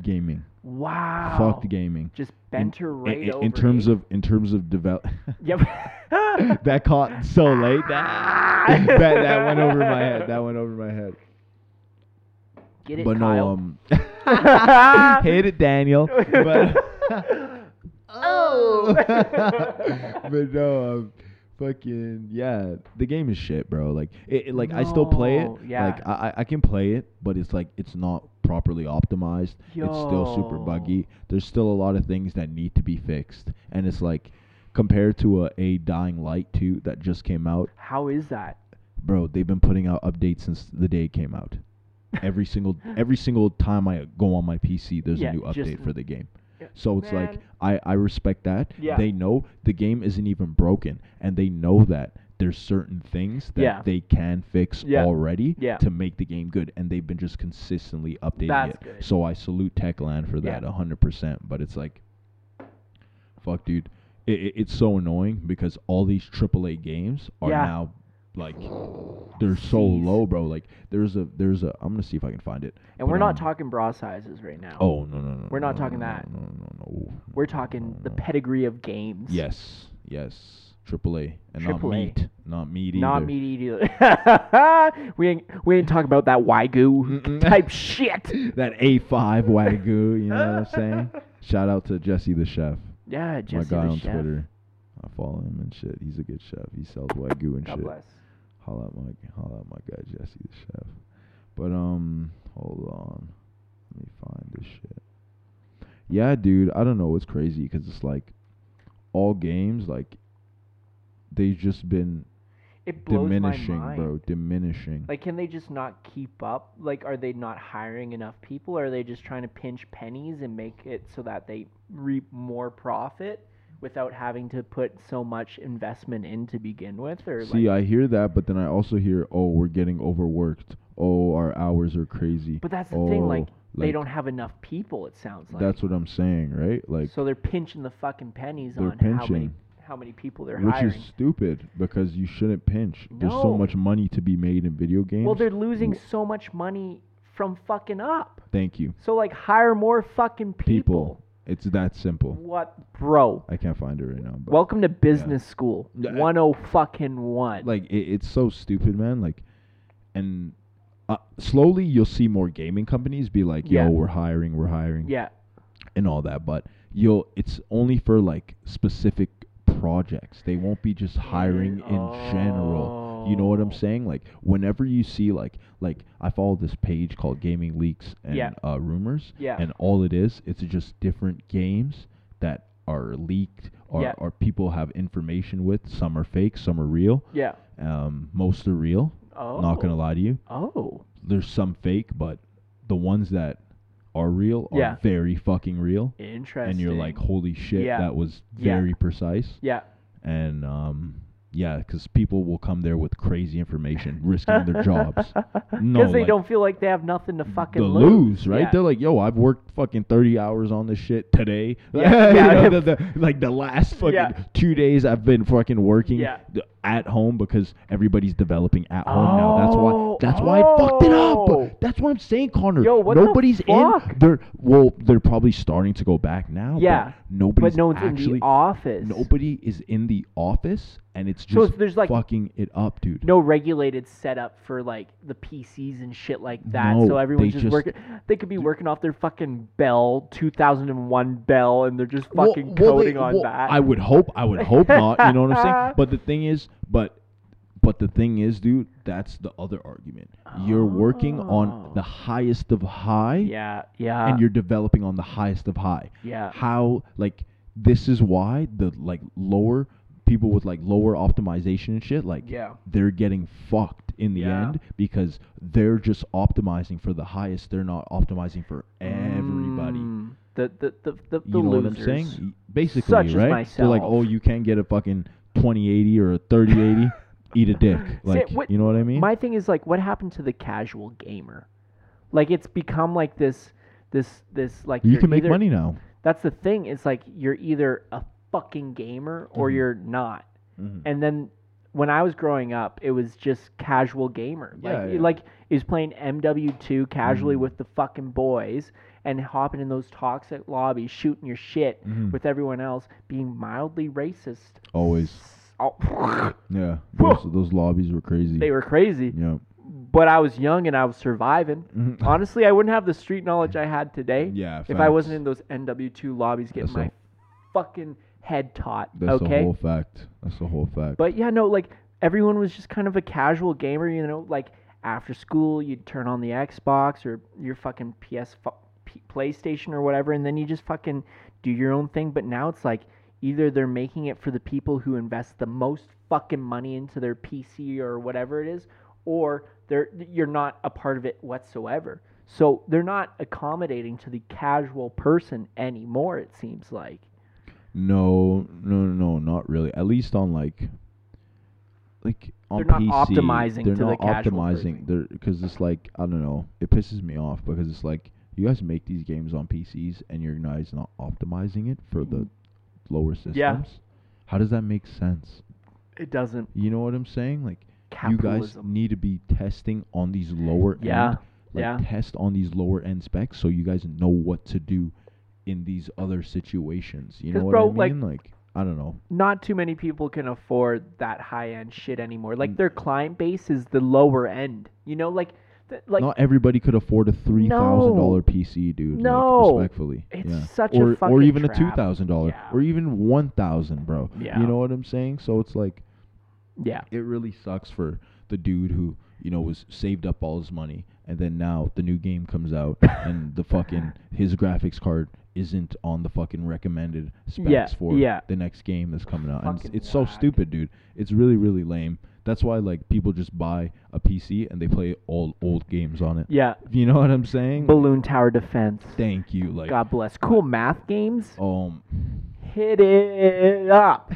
gaming.
Wow.
Fucked gaming.
Just benter right
in, in-
over.
in terms
eh?
of in terms of develop
Yep.
that caught so late that that that went over my head that went over my head
Get it,
but no
Kyle.
um hit it daniel but
oh.
but no um fucking yeah the game is shit bro like it, it- like i still play it
No, yeah.
like I, I- I can play it but it's like it's not properly optimized it's still super
Yo.
buggy there's still a lot of things that need to be fixed and it's like compared to a, a Dying Light 2 that just came out.
How is that?
Bro, they've been putting out updates since the day it came out. Every single every single time I go on my PC, there's
Yeah,
a new
just-
update for the game. So it's like
Man.
I, I respect that.
Yeah.
They know the game isn't even broken and they know that there's certain things that
Yeah.
they can fix
Yeah.
already
Yeah.
to make the game good and they've been just consistently updating
That's
it.
good.
So I salute Techland for that
Yeah.
100%, but it's like fuck dude, it, it, it's so annoying because all these AAA games are
Yeah.
now like they're so
Jeez.
low, bro. Like there's a there's a I'm going to see if I can find it.
And
But,
we're not
um,
talking bra sizes right now.
Oh, no no no.
We're not
no,
talking
no,
that.
No no no. no.
We're talking the pedigree of games.
Yes, yes. Triple A and not
AAA.
meat, not meat either.
Not meat either. we ain't we ain't talking about that wagyu
Mm-mm.
type shit.
That A5 wagyu, you know what I'm saying? Shout out to Jesse the chef,
Yeah, Jesse
my guy
the
on
chef.
Twitter. I follow him and shit. He's a good chef. He sells wagyu and
God
shit.
bless.
Holla at my holla at my guy Jesse the chef. But um, hold on, let me find this shit. Yeah, dude, I don't know. It's crazy because it's like all games like they've just been
It blows my
diminishing,
mind.
bro. Diminishing.
Like, can they just not keep up? Like, are they not hiring enough people? Are they just trying to pinch pennies and make it so that they reap more profit without having to put so much investment in to begin with? Or
See,
like,
I hear that, but then I also hear, oh, we're getting overworked. Oh, our hours are crazy.
but that's the
oh,
thing. Like, they
like,
don't have enough people. It sounds like.
That's what I'm saying, right? Like,
so they're pinching the fucking pennies
They're
on how many
pinching.
how many people they're
which
hiring.
is stupid because you shouldn't pinch. There's so
No.
much money to be made in video games.
well, they're losing so much money from fucking up.
Thank you,
So like, hire more fucking
people.
people.
It's that simple.
What, bro?
I can't find it right now. But
Welcome to business school.
Yeah, I-
One oh fucking one.
like, it, it's so stupid, man. Like, and uh, slowly you'll see more gaming companies be like, yo,
Yeah.
we're hiring, we're hiring.
yeah,
and all that, but you'll it's only for like specific projects. They won't be just hiring in general. You know what
Oh.
I'm saying? Like whenever you see like like I follow this page called Gaming Leaks and
Yeah.
uh, Rumors,
Yeah.
and all it is, it's just different games that are leaked or,
Yeah.
or people have information with. Some are fake, some are real.
yeah.
Um, most are real.
Oh,
Not gonna lie to you
Oh,
there's some fake, but the ones that are real are
Yeah.
very fucking real.
interesting.
And you're like, holy shit,
Yeah.
that was
Yeah.
very precise.
yeah,
And um, yeah, because people will come there with crazy information, risking their jobs. No,
because they
like,
don't feel like they have nothing to fucking
the
lose,
lose, right?
Yeah.
They're like, yo, I've worked fucking 30 hours on this shit today.
Yeah,
You
yeah.
know, the- the- like the last fucking
Yeah.
two days I've been fucking working
Yeah.
th- at home because everybody's developing at home now. That's why
Oh,
that's why I fucked it
oh.
up. That's what I'm saying, Connor.
Yo, what the
nobody's
fuck?
in. They're well, they're probably starting to go back now. but
Yeah.
nobody's
but no one's
actually
in the office.
nobody is in the office and it's
So
just
it's- there's like-
fucking it up, dude.
no regulated setup for like the PCs and shit like that.
No,
so everyone's
they
just
just-
working. They could be working off their fucking Bell 2001 Bell, and they're just
Well-
fucking
well, they-
coding on
well,
that.
I would hope. I would hope not. You know what I'm saying? But the thing is, but but the thing is, dude, that's the other argument. You're working on
Oh.
the highest of high,
yeah, yeah,
and you're developing on the highest of high.
yeah,
How like this is why the like lower people with like lower optimization and shit like
yeah.
they're getting fucked in the
Yeah.
end because they're just optimizing for the highest they're not optimizing for everybody
Mm, the the the the, the
you know
losers.
what I'm saying? Basically,
Such as
right? They're
myself.
like, oh, you can't get a fucking 2080 or a 3080. Eat a dick. Like,
what-
you know what I mean?
My thing is like, what happened to the casual gamer? Like, it's become like this, this, this like
you
you're
can make
either-
money now.
That's the thing. It's like you're either a fucking gamer or
Mhm.
you're not.
Mm-hmm.
And then when I was growing up, it was just casual gamer. Like,
Yeah, yeah.
like he was playing MW2 casually
Mhm.
with the fucking boys and hopping in those toxic lobbies, shooting your shit
Mhm.
with everyone else, being mildly racist.
Always.
Oh,
Yeah.
Whoa.
Those, those lobbies were crazy.
they were crazy,
yeah.
but I was young and I was surviving.
Mhm.
Honestly, I wouldn't have the street knowledge I had today
Yeah.
if I
facts.
wasn't in those NW2 lobbies getting
That's
my
a-
fucking head taught.
That's
okay.
the whole fact. That's the whole fact.
But yeah, no, like everyone was just kind of a casual gamer, you know, like after school you'd turn on the Xbox or your fucking PS fu- P- PlayStation or whatever and then you just fucking do your own thing, but now it's like either they're making it for the people who invest the most fucking money into their PC or whatever it is, or they're you're not a part of it whatsoever. So they're not accommodating to the casual person anymore. It seems like.
No, no, no, no, not really. At least on like, like on
They're not
PC,
optimizing
they're
to the
not
casual
optimizing.
person.
They're because it's like I don't know. It pisses me off because it's like you guys make these games on PCs and you're guys not optimizing it for the lower systems.
Yeah.
How does that make sense?
It doesn't.
You know what I'm saying? Like you guys
Capitalism.
need to be testing on these lower
Yeah,
end, like
yeah.
test on these lower end specs so you guys know what to do in these other situations. You
'Cause,
know what
bro,
I
like-
mean? like I don't know.
not too many people can afford that high end shit anymore.
Mm.
Like their client base is the lower end. You know, like th- like
not everybody could afford a three thousand dollar PC, dude. like,
No.
respectfully,
It's
yeah.
such a
or, or
fucking
even a
trap.
two thousand dollar,
Yeah.
or even one thousand, bro.
Yeah.
you know what I'm saying? So it's like
yeah,
it really sucks for the dude who you know was saved up all his money, and then now the new game comes out, and the fucking his graphics card isn't on the fucking recommended specs
Yeah,
for
yeah.
the next game that's coming out. And it's,
Fucking
it's so
whack.
stupid, dude. It's really really lame. That's why like people just buy a PC and they play all old games on it.
yeah.
You know what I'm saying?
Balloon Tower Defense.
Thank you. Like,
God bless. Cool math games.
um,
Hit it up.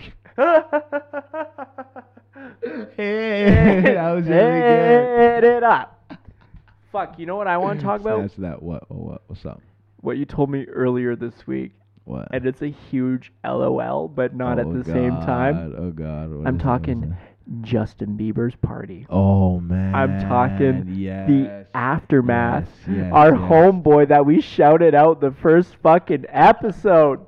hey, that was really
Hit it up. Fuck. You know what I want
good.
to talk about?
That's that. What? Oh, what? What's up?
What you told me earlier this week,
What?
and it's a huge LOL, but not at
Oh,
the same time.
God. Oh God. what
I'm
is it? What is
talking
it?
Justin Bieber's party.
Oh man.
I'm talking
yes.
the aftermath.
Yes, yes,
Our
yes.
homeboy that we shouted out the first fucking episode.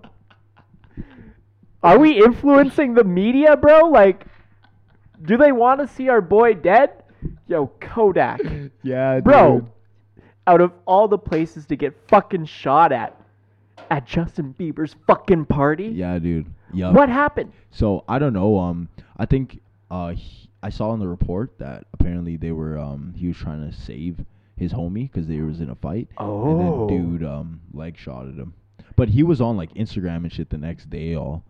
Are we influencing the media, bro? Like, do they want to see our boy dead? Yo, Kodak.
Yeah,
Bro,
dude.
out of all the places to get fucking shot at, at Justin Bieber's fucking party,
Yeah, dude. Yeah.
what happened?
So I don't know. Um, I think uh, he, I saw in the report that apparently they were um he was trying to save his homie because they was in a fight.
Oh.
And then dude um leg shot at him, but he was on like Instagram and shit the next day all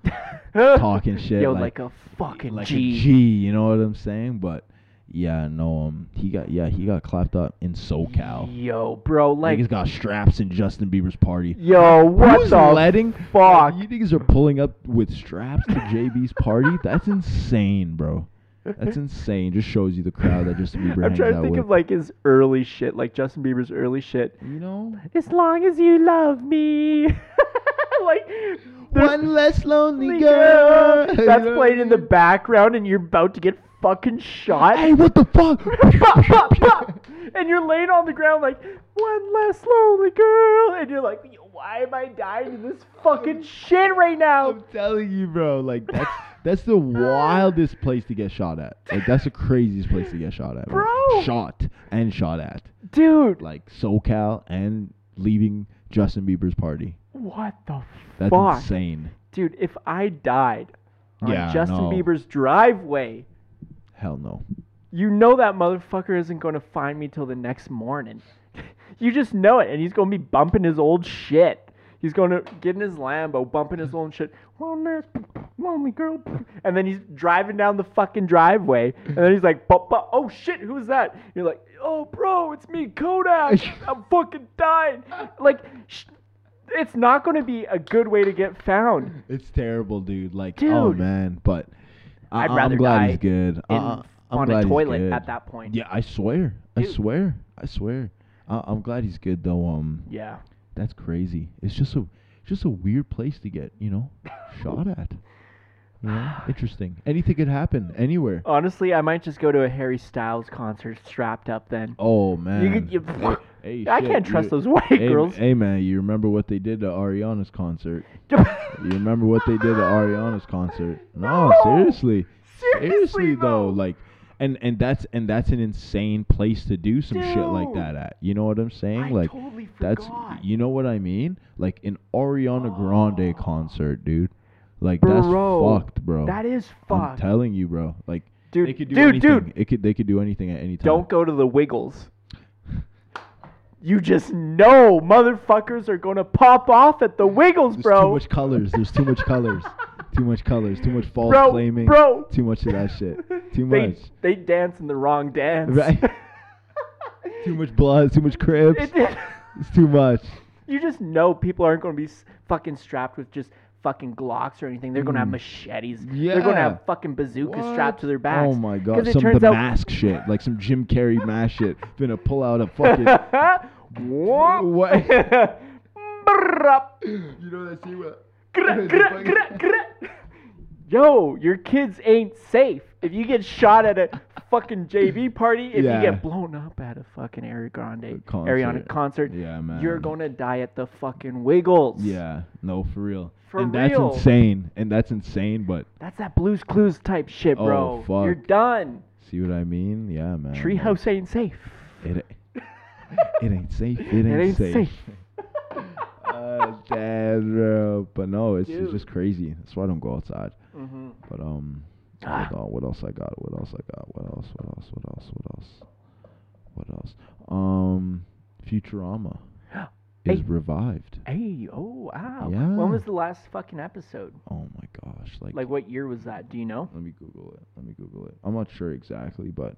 talking shit.
Yo, like,
like,
a fucking
like
G.
a G. You know what I'm saying? But yeah, no um he got yeah he got clapped up in SoCal.
Yo, bro, like,
Niggas got straps in Justin Bieber's party.
yo, what
Who's
the
letting
fuck?
You niggas are pulling up with straps to JB's party. That's insane, bro. That's insane. Just shows you the crowd that Justin Bieber
I'm
hangs
trying to
out
think
with.
of like his early shit, like Justin Bieber's early shit.
you know,
As long as you love me, like there's
one less lonely
only
girl.
girl
You
that's
know what
playing in
I
the
mean?
background, and you're about to get fucking shot.
Hey, what the fuck?
Pop, pop, pop. and you're laying on the ground like one less lonely girl, and you're like, "Yo, why am I dying in this fucking shit right now?
I'm telling you, bro. Like that's that's the wildest place to get shot at. Like that's the craziest place to get shot at, man.
Bro.
Shot and shot at.
Dude,
Like SoCal and leaving Justin Bieber's party.
what the
That's
fuck?
insane.
Dude, if I died on
Yeah,
Justin
no.
Bieber's driveway,
Hell no.
you know that motherfucker isn't going to find me till the next morning. you just know it, and he's going to be bumping his old shit. He's going to get in his Lambo, bumping his old shit. Lonely, lonely girl, and then he's driving down the fucking driveway, and then he's like, "Bop, bop, "Oh shit, who's that?" You're like, "Oh, bro, it's me, Kodak. I'm fucking dying." Like, sh- it's not going to be a good way to get found.
It's terrible, dude. Like, oh
Dude.
man, but I,
I'd rather
am glad
die
he's good.
in-
Uh, I'm
on
glad
a
he's
toilet
good.
at that point.
Yeah, I swear. I
Dude.
swear. I swear. I, I'm glad he's good though. Um,
Yeah.
that's crazy. It's just a, just a weird place to get, you know, shot at. You know? Interesting. Anything could happen anywhere.
Honestly, I might just go to a Harry Styles concert strapped up then.
Oh man.
You could, you,
Hey,
I
shit,
can't trust
you-
those white
Hey,
girls.
hey man, you remember what they did to Ariana's concert? You remember what they did at Ariana's concert? No,
No.
seriously.
Seriously,
though,
though.
like and and that's and that's an insane place to do some shit like that
Dude.
at. You know what I'm saying?
I
like
totally
that's
forgot.
you know what I mean? Like an Ariana Grande concert, dude. Like
Bro,
that's fucked, bro.
that is
I'm
fucked.
telling you, bro. Like
Dude,
they could do
dude,
anything.
dude.
It could they could do anything at any time.
Don't go to the Wiggles. You just know motherfuckers are gonna pop off at the Wiggles,
There's
bro.
too much colors. There's too much colors. too much colors, too much false
Bro,
claiming,
bro.
too much of that shit, too
They,
much,
they dance in the wrong dance.
right? too much blood, too much cribs,
It did.
it's too much.
You just know people aren't going to be s- fucking strapped with just fucking Glocks or anything. They're going to have machetes. They're going to
Mm. Yeah.
have fucking bazookas
What?
strapped to their backs.
Oh my
'Cause
god,
it
some of
turns
the
out-
mask shit, like some Jim Carrey mask shit. Gonna pull out a fucking
Whoop.
what?
Brrrup.
You know that scene where
Grr, grr, grr, grr. Yo, your kids ain't safe. If you get shot at a fucking JV party, if
Yeah.
you get blown up at a fucking Ariana Grande,
Concert.
Ariana concert,
Yeah, man.
you're gonna die at the fucking Wiggles.
Yeah, no, for real.
For
and
real.
that's insane. And that's insane, but
That's that Blues Clues type shit,
Oh,
bro.
fuck.
You're done.
see what I mean? Yeah, man. like,
Treehouse ain't safe.
It, it ain't safe. It ain't,
ain't
safe.
safe.
uh, damn, bro. But no, it's, it's
Dude.
just crazy. That's why I don't go outside.
Mm-hmm.
But um,
Ah.
hold on. What else I got? What else I got? What else? What else? What else? What else? What else? Um, Futurama is
Hey.
revived.
Hey, oh wow.
Yeah.
When was the last fucking episode?
Oh my gosh! Like,
Like what year was that? Do you know?
let me Google it. Let me Google it. I'm not sure exactly, but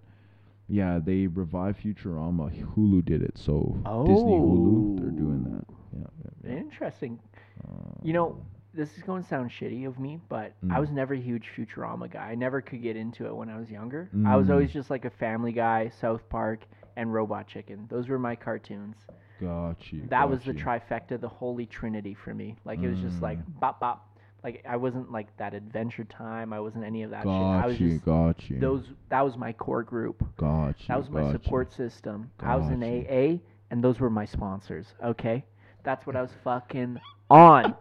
yeah, they revived Futurama. Hulu did it, so Disney Hulu they're doing
Oh.
that. Yeah. yeah, yeah.
Interesting.
Uh,
You know, this is going to sound shitty of me, but I
Mm.
was never a huge Futurama guy. I never could get into it when I was younger. I was
Mm.
always just like a Family Guy, South Park, and Robot Chicken. Those were my cartoons.
got you.
That was
got
the
you.
trifecta, the holy trinity for me. Like it was just like
Mm.
bop bop. Like I wasn't like that Adventure Time. I wasn't any of that shit. I
Got
was
you.
just
Got you.
those. That was my core group.
Got you.
That was my
got you.
support system. I was in
Gotcha.
AA, and those were my sponsors. Okay, that's what I was fucking on.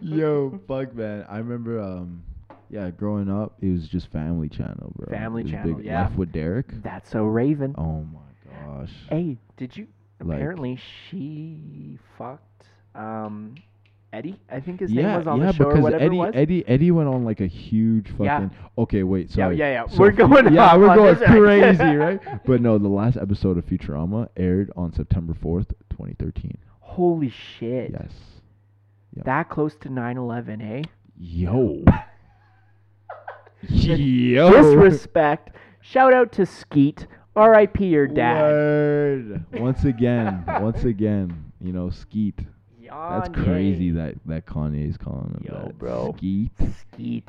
Yo, fuck man. I remember um yeah, growing up it was just family channel, bro.
Family
It was
Channel,
big-
yeah.
Life with Derek.
That's so Raven.
Oh my gosh.
Hey, did you?
Like-
apparently, she fucked um, Eddie. I think his name
yeah,
was on
yeah,
the show
because
or whatever
Eddie,
it was.
Eddie, Eddie went on like a huge fucking.
Yeah.
Okay, wait, sorry.
yeah, yeah,
So
we're going
Yeah,
off
we're
on
going
this one.
crazy, right? But no, the last episode of Futurama aired on September fourth, twenty thirteen.
Holy shit!
Yes.
That close to 9/11, eh?
Yo. Yo.
Disrespect. Shout out to Skeet. R.I.P. Your dad.
Word. Once again, once again, you know, Skeet. That's
Yawning.
crazy that that Kanye's calling him
Yo,
that.
bro.
Skeet.
Skeet.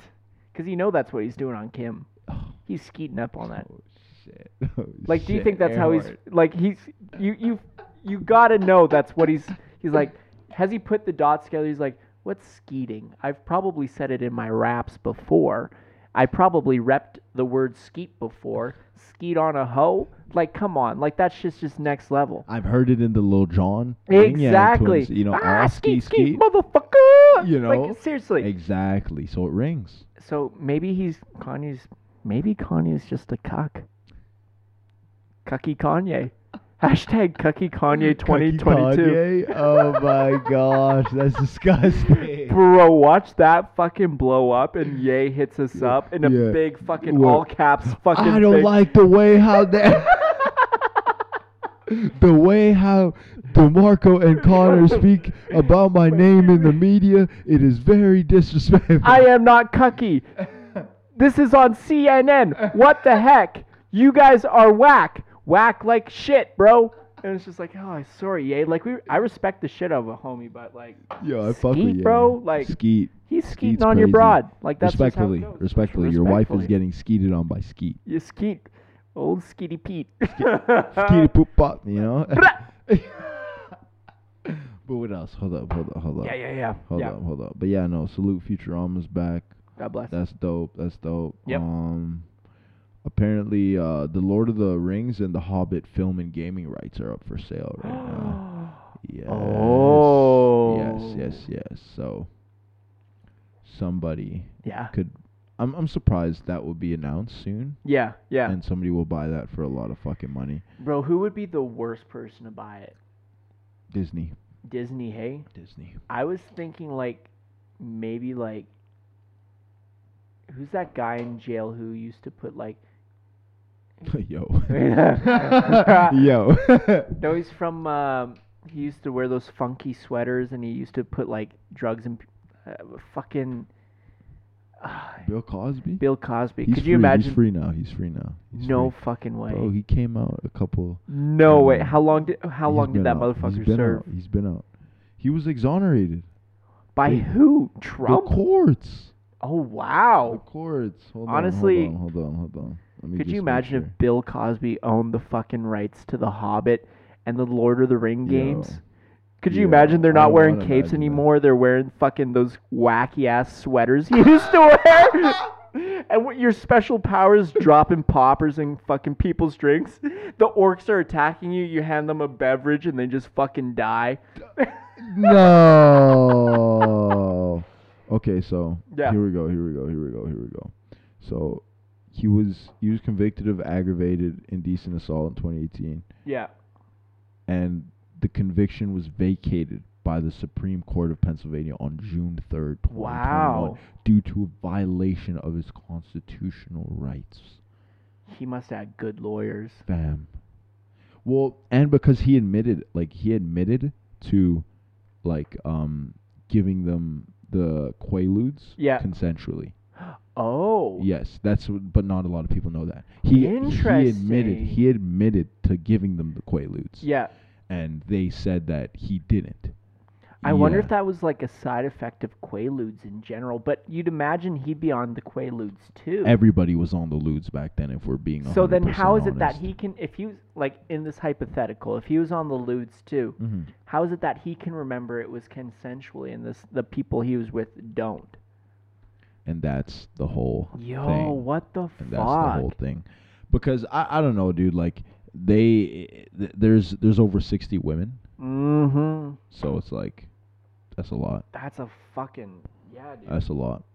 Because you know that's what he's doing on Kim.
Oh,
He's skeeting up on that.
Oh, shit.
Like, do you
Shit,
think that's how he's
Earhart.
like? He's you you you gotta know that's what he's he's like. Has he put the dots together? He's like, what's skeeting? I've probably said it in my raps before. I probably repped the word skeet before. Skeet on a hoe? Like, come on. Like that shit's just next level.
I've heard it in the Lil Jon. Yin Yang
Exactly.
Twins, you know,
ah,
ah, ski,
skeet, skeet,
skeet.
motherfucker.
You know?
like seriously.
Exactly. So it rings.
So maybe he's Kanye's. Maybe Kanye's just a cuck. Cucky Kanye. Hashtag Cucky Kanye 2022.
Kanye, Oh my gosh, that's disgusting.
Bro, watch that fucking blow up and Ye hits us up in a
Yeah.
big fucking
What?
all caps fucking.
I don't
thing.
like the way how that. The way how DeMarco and Connor speak about my name in the media, it is very disrespectful.
I am not cucky. This is on CNN. What the heck? You guys are whack. Whack like shit, bro. And it's just like, oh, sorry, Ye. Like we, I respect the shit out of a homie, but like,
Yo, I fuck with
Skeet,
you.
bro, like-
Skeet.
He's skeeting
Skeet's
on your
crazy.
broad. Like that's just how it
respectfully,
goes.
respectfully, your wife is
Respectfully.
getting skeeted on by Skeet.
you skeet, old skeety Pete. Uh,
Skeety poop pop, you know. but what else? Hold up, hold up, hold up.
yeah, yeah, yeah.
Hold
yeah.
up, hold up. But yeah, no, salute Futurama's back.
God bless.
That's dope. That's dope.
Yep.
Um apparently uh the Lord of the Rings and the Hobbit film and gaming rights are up for sale right now. Yes.
Oh.
Yes, yes, yes. So somebody
yeah,
could I'm I'm surprised that will be announced soon
yeah, yeah.
and somebody will buy that for a lot of fucking money.
Bro, who would be the worst person to buy it?
Disney.
Disney. Hey,
Disney.
I was thinking like, maybe like, who's that guy in jail who used to put like?
Yo.
no,
Yo.
he's from. Um, he used to wear those funky sweaters, and he used to put like drugs and uh, fucking.
Bill Cosby.
Bill Cosby.
He's
Could
free.
you imagine?
He's free now. He's free now. He's
no
free.
fucking way.
Bro, he came out a couple.
no way.
um,
How long did how
he's
long did
been
that
out. He's
motherfucker
been
serve?
out. He's been out. He was exonerated.
By
They-
who?
The
Trump?
courts.
Oh
The
wow.
courts. Hold
Honestly,
on, hold on, hold on, hold on. Let me
Could
just
you
make
imagine
sure.
if Bill Cosby owned the fucking rights to The Hobbit and the Lord of the Ring
Yo.
games? Could you
Yo,
imagine they're
I
not
would
wearing
not
capes
imagine that.
anymore? They're wearing fucking those wacky ass sweaters he used to wear. and what your special powers dropping poppers in fucking people's drinks. The orcs are attacking you, you hand them a beverage and they just fucking die.
No. okay, so
Yeah.
here we go. Here we go. Here we go. Here we go. So he was he was convicted of aggravated indecent assault in 2018,
yeah.
and the conviction was vacated by the Supreme Court of Pennsylvania on June 3rd, 2021,
Wow.
due to a violation of his constitutional rights.
He must have good lawyers.
Bam. Well, and because he admitted, like he admitted to, like um, giving them the quaaludes,
Yeah.
consensually.
Oh.
Yes, that's what- but not a lot of people know that. He he admitted
Interesting.
he admitted to giving them the quaaludes,
Yeah.
and they said that he didn't.
I wonder
Yeah.
if that was like a side effect of Quaaludes in general, but you'd imagine he'd be on the Quaaludes too.
everybody was on the ludes back then. If we're being
So then, how is it that he can, if he was like in this hypothetical, if he was on the lewds too,
hmm
how is it that he can remember it was consensually and this the people he was with don't?
And that's the whole
Yo,
thing.
what the
and that's
fuck?
the whole thing. Because I, I don't know, dude. Like they th- there's there's over sixty women,
mm-hmm.
so it's like that's a lot.
That's a fucking yeah, dude.
That's a lot.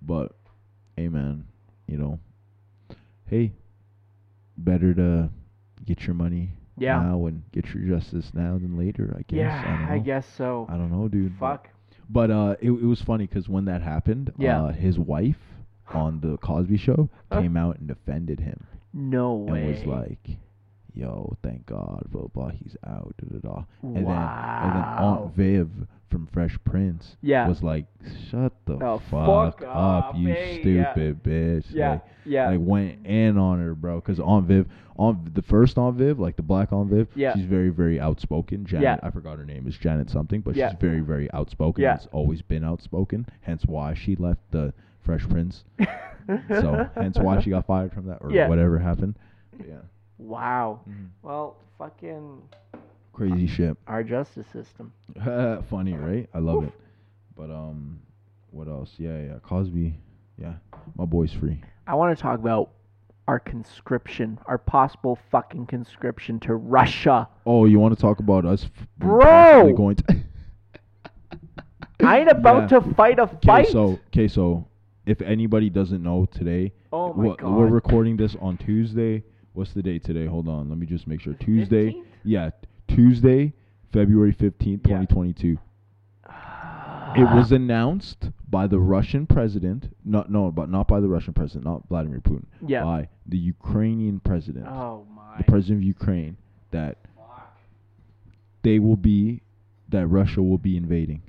But hey, man, you know, hey, better to get your money
yeah,
now and get your justice now than later. I guess. I,
yeah.
don't
I,
know.
guess so.
I don't know, dude. but-
fuck.
But uh, it, it was funny because when that happened,
Yeah.
uh, his wife on the Cosby Show came out and defended him.
No way.
and was like, "Yo, thank God, blah blah, he's out." Da, da, da. And then and then
wow.
Aunt Viv from Fresh Prince
yeah.
was like, "Shut the
The
fuck,
fuck
up,
up,
you
eh? Yeah.
stupid bitch!"
yeah.
Like,
yeah.
like went in on her, bro. Because Aunt Viv, Aunt the first Aunt Viv, like the black Aunt Viv,
Yeah.
she's very, very outspoken. Janet,
Yeah.
I forgot her name is Janet something, but
Yeah.
she's very, very outspoken.
Yeah.
It's always been outspoken. Hence why she left the Fresh Prince. so hence why she got fired from that or
Yeah.
whatever happened. But yeah,
wow. Well, fucking
crazy shit.
our justice system.
Funny, right? I love it. But um, what else? Yeah, yeah. Cosby. Yeah, my boy's free.
I want to talk about our conscription, our possible fucking conscription to Russia.
Oh, you want to talk about us, f-
Bro!
possibly Going to.
I ain't about to
Yeah.
fight a
Okay,
fight.
so okay, so if anybody doesn't know today,
oh my
we're,
god.
we're recording this on Tuesday. What's the date today? Hold on, let me just make sure. Tuesday,
15th?
yeah, Tuesday, February fifteenth,
Yeah. Ah.
twenty twenty-two. It was announced by the Russian president, not no, but not by the Russian president, not Vladimir Putin,
yeah.
by the Ukrainian president,
oh my.
the president of Ukraine, that they will be, that Russia will be invading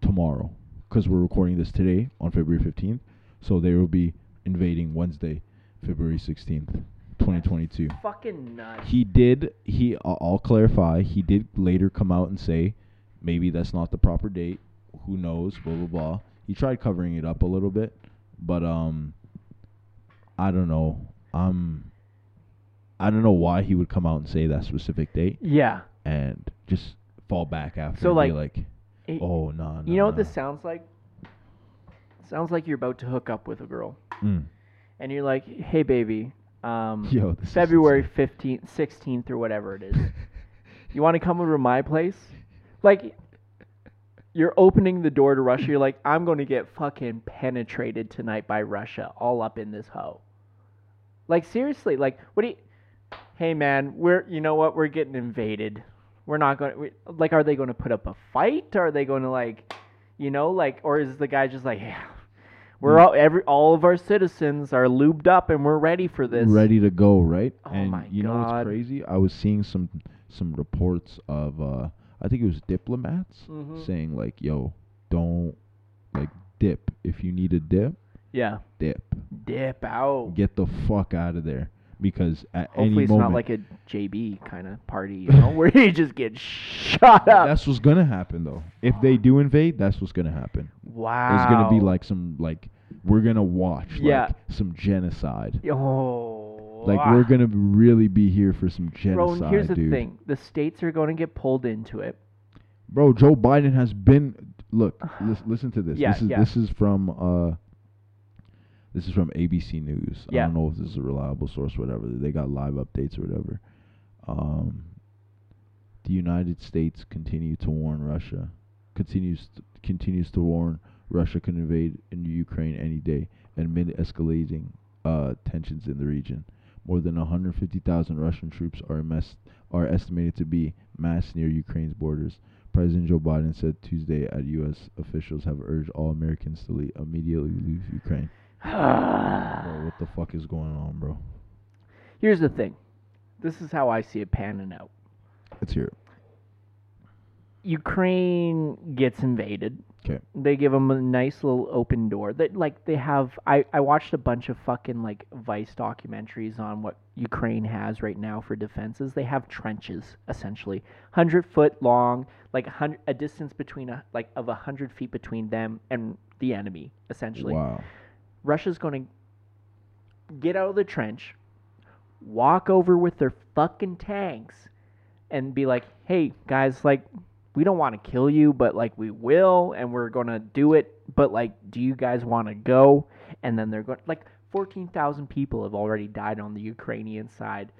tomorrow, because we're recording this today on February fifteenth, so they will be invading Wednesday, February sixteenth, twenty twenty-two.
fucking nuts.
He did. He. I'll I'll clarify. He did later come out and say, maybe that's not the proper date. Who knows? Blah blah blah. He tried covering it up a little bit, but um, I don't know. I'm. I don't know why he would come out and say that specific date
Yeah.
and just fall back after.
So,
and be
like,
like,
it-
oh no, no.
you know what
no."
this sounds like? sounds like you're about to hook up with a girl,
Mm.
and you're like, "Hey, baby, um,
Yo, this is
February fifteenth, sixteenth, or whatever it is.
Mm.
you want to come over to my place? Like, you're opening the door to Russia. You're like, I'm going to get fucking penetrated tonight by Russia, all up in this hoe. Like, seriously, like, what do you? Hey, man, we're you know what? We're getting invaded. We're not going. to... Like, are they going to put up a fight? Are they going to like, you know, like, or is the guy just like, yeah, we're all every all of our citizens are lubed up and we're ready for this.
ready to go, right?
Oh
and
my
you know
God.
what's crazy? I was seeing some some reports of uh I think it was diplomats
Mhm.
saying like, "Yo, don't like dip. If you need a dip,
Yeah.
dip.
Dip out.
Get the fuck out of there because at
Hopefully,
any
it's
moment
not like a JB kind of party, you know, where you just get shot up.
that's what's gonna happen though. If they do invade, that's what's gonna happen.
wow.
It's gonna be like some like we're gonna watch
Yeah.
like some genocide.
Oh.
Like we're gonna really be here for some
Bro,
genocide,
and here's the
dude.
thing: the states are going to get pulled into it.
Bro, Joe Biden has been. Look, lis- listen to this.
Yeah,
this is
yeah.
this is from uh, this is from ABC News. I
Yeah.
don't know if this is a reliable source, or whatever. They got live updates or whatever. Um, the United States continue to warn Russia, continues t- continues to warn Russia can invade into Ukraine any day, amid escalating uh, tensions in the region. More than 150,000 Russian troops are mass- are estimated to be massed near Ukraine's borders. President Joe Biden said Tuesday at U.S. officials have urged all Americans to le- immediately leave Ukraine. Bro, what the fuck is going on, bro?
Here's the thing: this is how I see it panning out.
Let's hear it.
Ukraine gets invaded.
'Kay.
They give them a nice little open door. That like they have. I I watched a bunch of fucking like Vice documentaries on what Ukraine has right now for defenses. They have trenches essentially, hundred foot long, like a hundred a distance between a like of a hundred feet between them and the enemy essentially.
Wow.
Russia's going to get out of the trench, walk over with their fucking tanks, and be like, hey, guys, like, we don't want to kill you, but, like, we will, and we're going to do it, but, like, do you guys want to go? And then they're going, like, 14,000 people have already died on the Ukrainian side.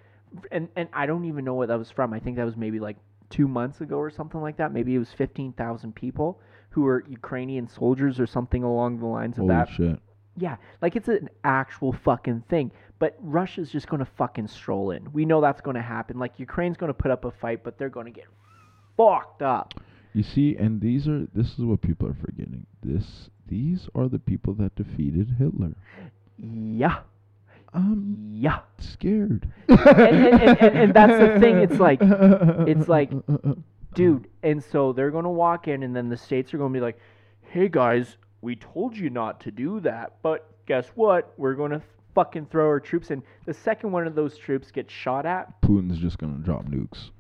And, and I don't even know what that was from. I think that was maybe, like, two months ago or something like that. Maybe it was 15,000 people who were Ukrainian soldiers or something along the lines of
Holy
that.
shit.
Yeah, like it's an actual fucking thing. But Russia's just going to fucking stroll in. We know that's going to happen. Like Ukraine's going to put up a fight, but they're going to get fucked up.
You see, and these are this is what people are forgetting. This these are the people that defeated Hitler.
Yeah,
I'm
yeah.
scared.
And, and, and, and, and that's the thing. It's like, it's like, dude. And so they're going to walk in, and then the states are going to be like, hey guys, we told you not to do that, but guess what? We're going to fucking throw our troops in. The second one of those troops gets shot at,
Putin's just gonna drop nukes.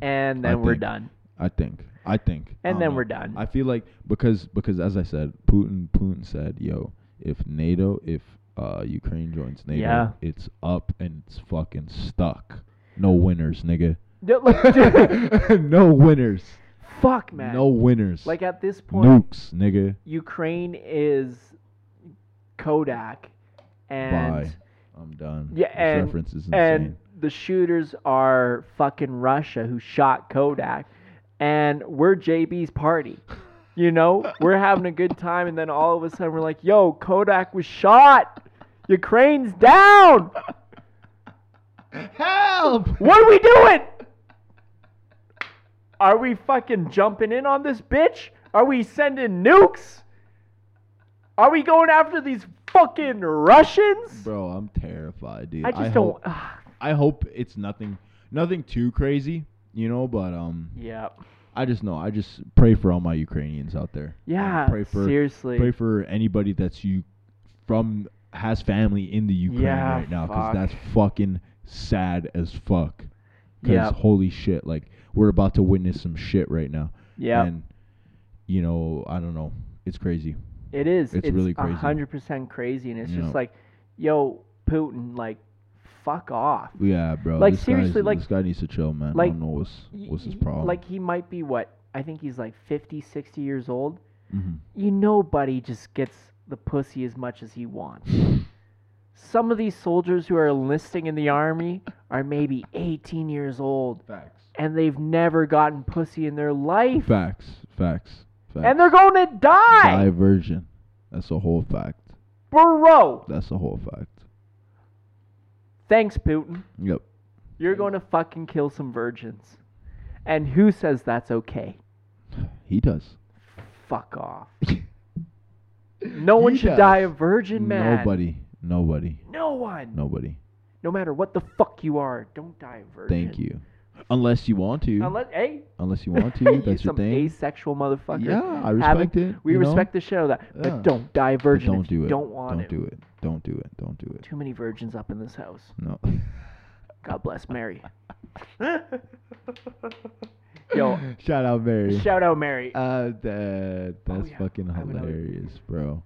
and
I
then we're
think-
done.
I think. I think. I
And
don't
then
know.
we're done.
I feel like because because as I said, Putin Putin said, "Yo, if NATO, if uh, Ukraine joins NATO,
Yeah.
it's up and it's fucking stuck. No winners, nigga.
Yeah, like, dude,
no winners.
fuck, man.
No winners.
Like at this point,
nukes, nigga.
Ukraine is Kodak, and
Bye. I'm done.
Yeah,
this
and-
reference is
and
insane.
the shooters are fucking Russia who shot Kodak, and we're JB's party. You know, we're having a good time, and then all of a sudden we're like, "Yo, Kodak was shot. Ukraine's down.
Help!
What are we doing? Are we fucking jumping in on this bitch? Are we sending nukes? Are we going after these fucking Russians?
Bro, I'm terrified, dude.
I just don't.
hope,
ah,
I hope it's nothing, nothing too crazy, you know. But um,
yeah.
I just know. I just pray for all my Ukrainians out there.
Yeah.
pray for-
seriously.
Pray for anybody that's you from has family in the Ukraine
Yeah,
right now
fuck.
because that's fucking sad as fuck. Because
Yep.
holy shit, like we're about to witness some shit right now.
yeah.
And you know, I don't know. It's crazy.
It is.
It's really crazy.
100% crazy. And it's
Yeah.
just like, yo, Putin, like, fuck off.
Yeah, bro.
Like,
this guy's-
seriously, like-
this guy needs to chill, man. I
like,
don't know what's
Y-
what's his
y-
problem.
Like, he might be what? I think he's like 50, 60 years old.
Mhm.
you know Buddy just gets the pussy as much as he wants. Some of these soldiers who are enlisting in the army are maybe 18 years old
facts,
and they've never gotten pussy in their life
facts, facts, facts.
and they're going to die.
Diversion. That's a whole fact.
Bro,
That's a whole fact.
thanks Putin.
Yep.
You're going to fucking kill some virgins. And who says that's okay?
He does.
Fuck off. No one
He
should
does.
die a virgin, man.
Nobody. Nobody.
No one.
Nobody.
No matter what the fuck you are, don't die a virgin.
Thank you. Unless you want to.
Unless, hey,
Unless you want to, that's your
some
thing.
asexual motherfucker.
Yeah, I
Have
respect it.
We
you know?
respect the shit out of that,
Yeah.
but don't die
But
virgin.
Don't
if you
do it.
Don't want
Don't
it.
do it. Don't do it. Don't do it.
Too many virgins up in this house.
No.
God bless Mary. Yo,
Shout out Mary.
shout out Mary.
Uh, that that's
yeah.
fucking
I Oh. would know.
hilarious, bro.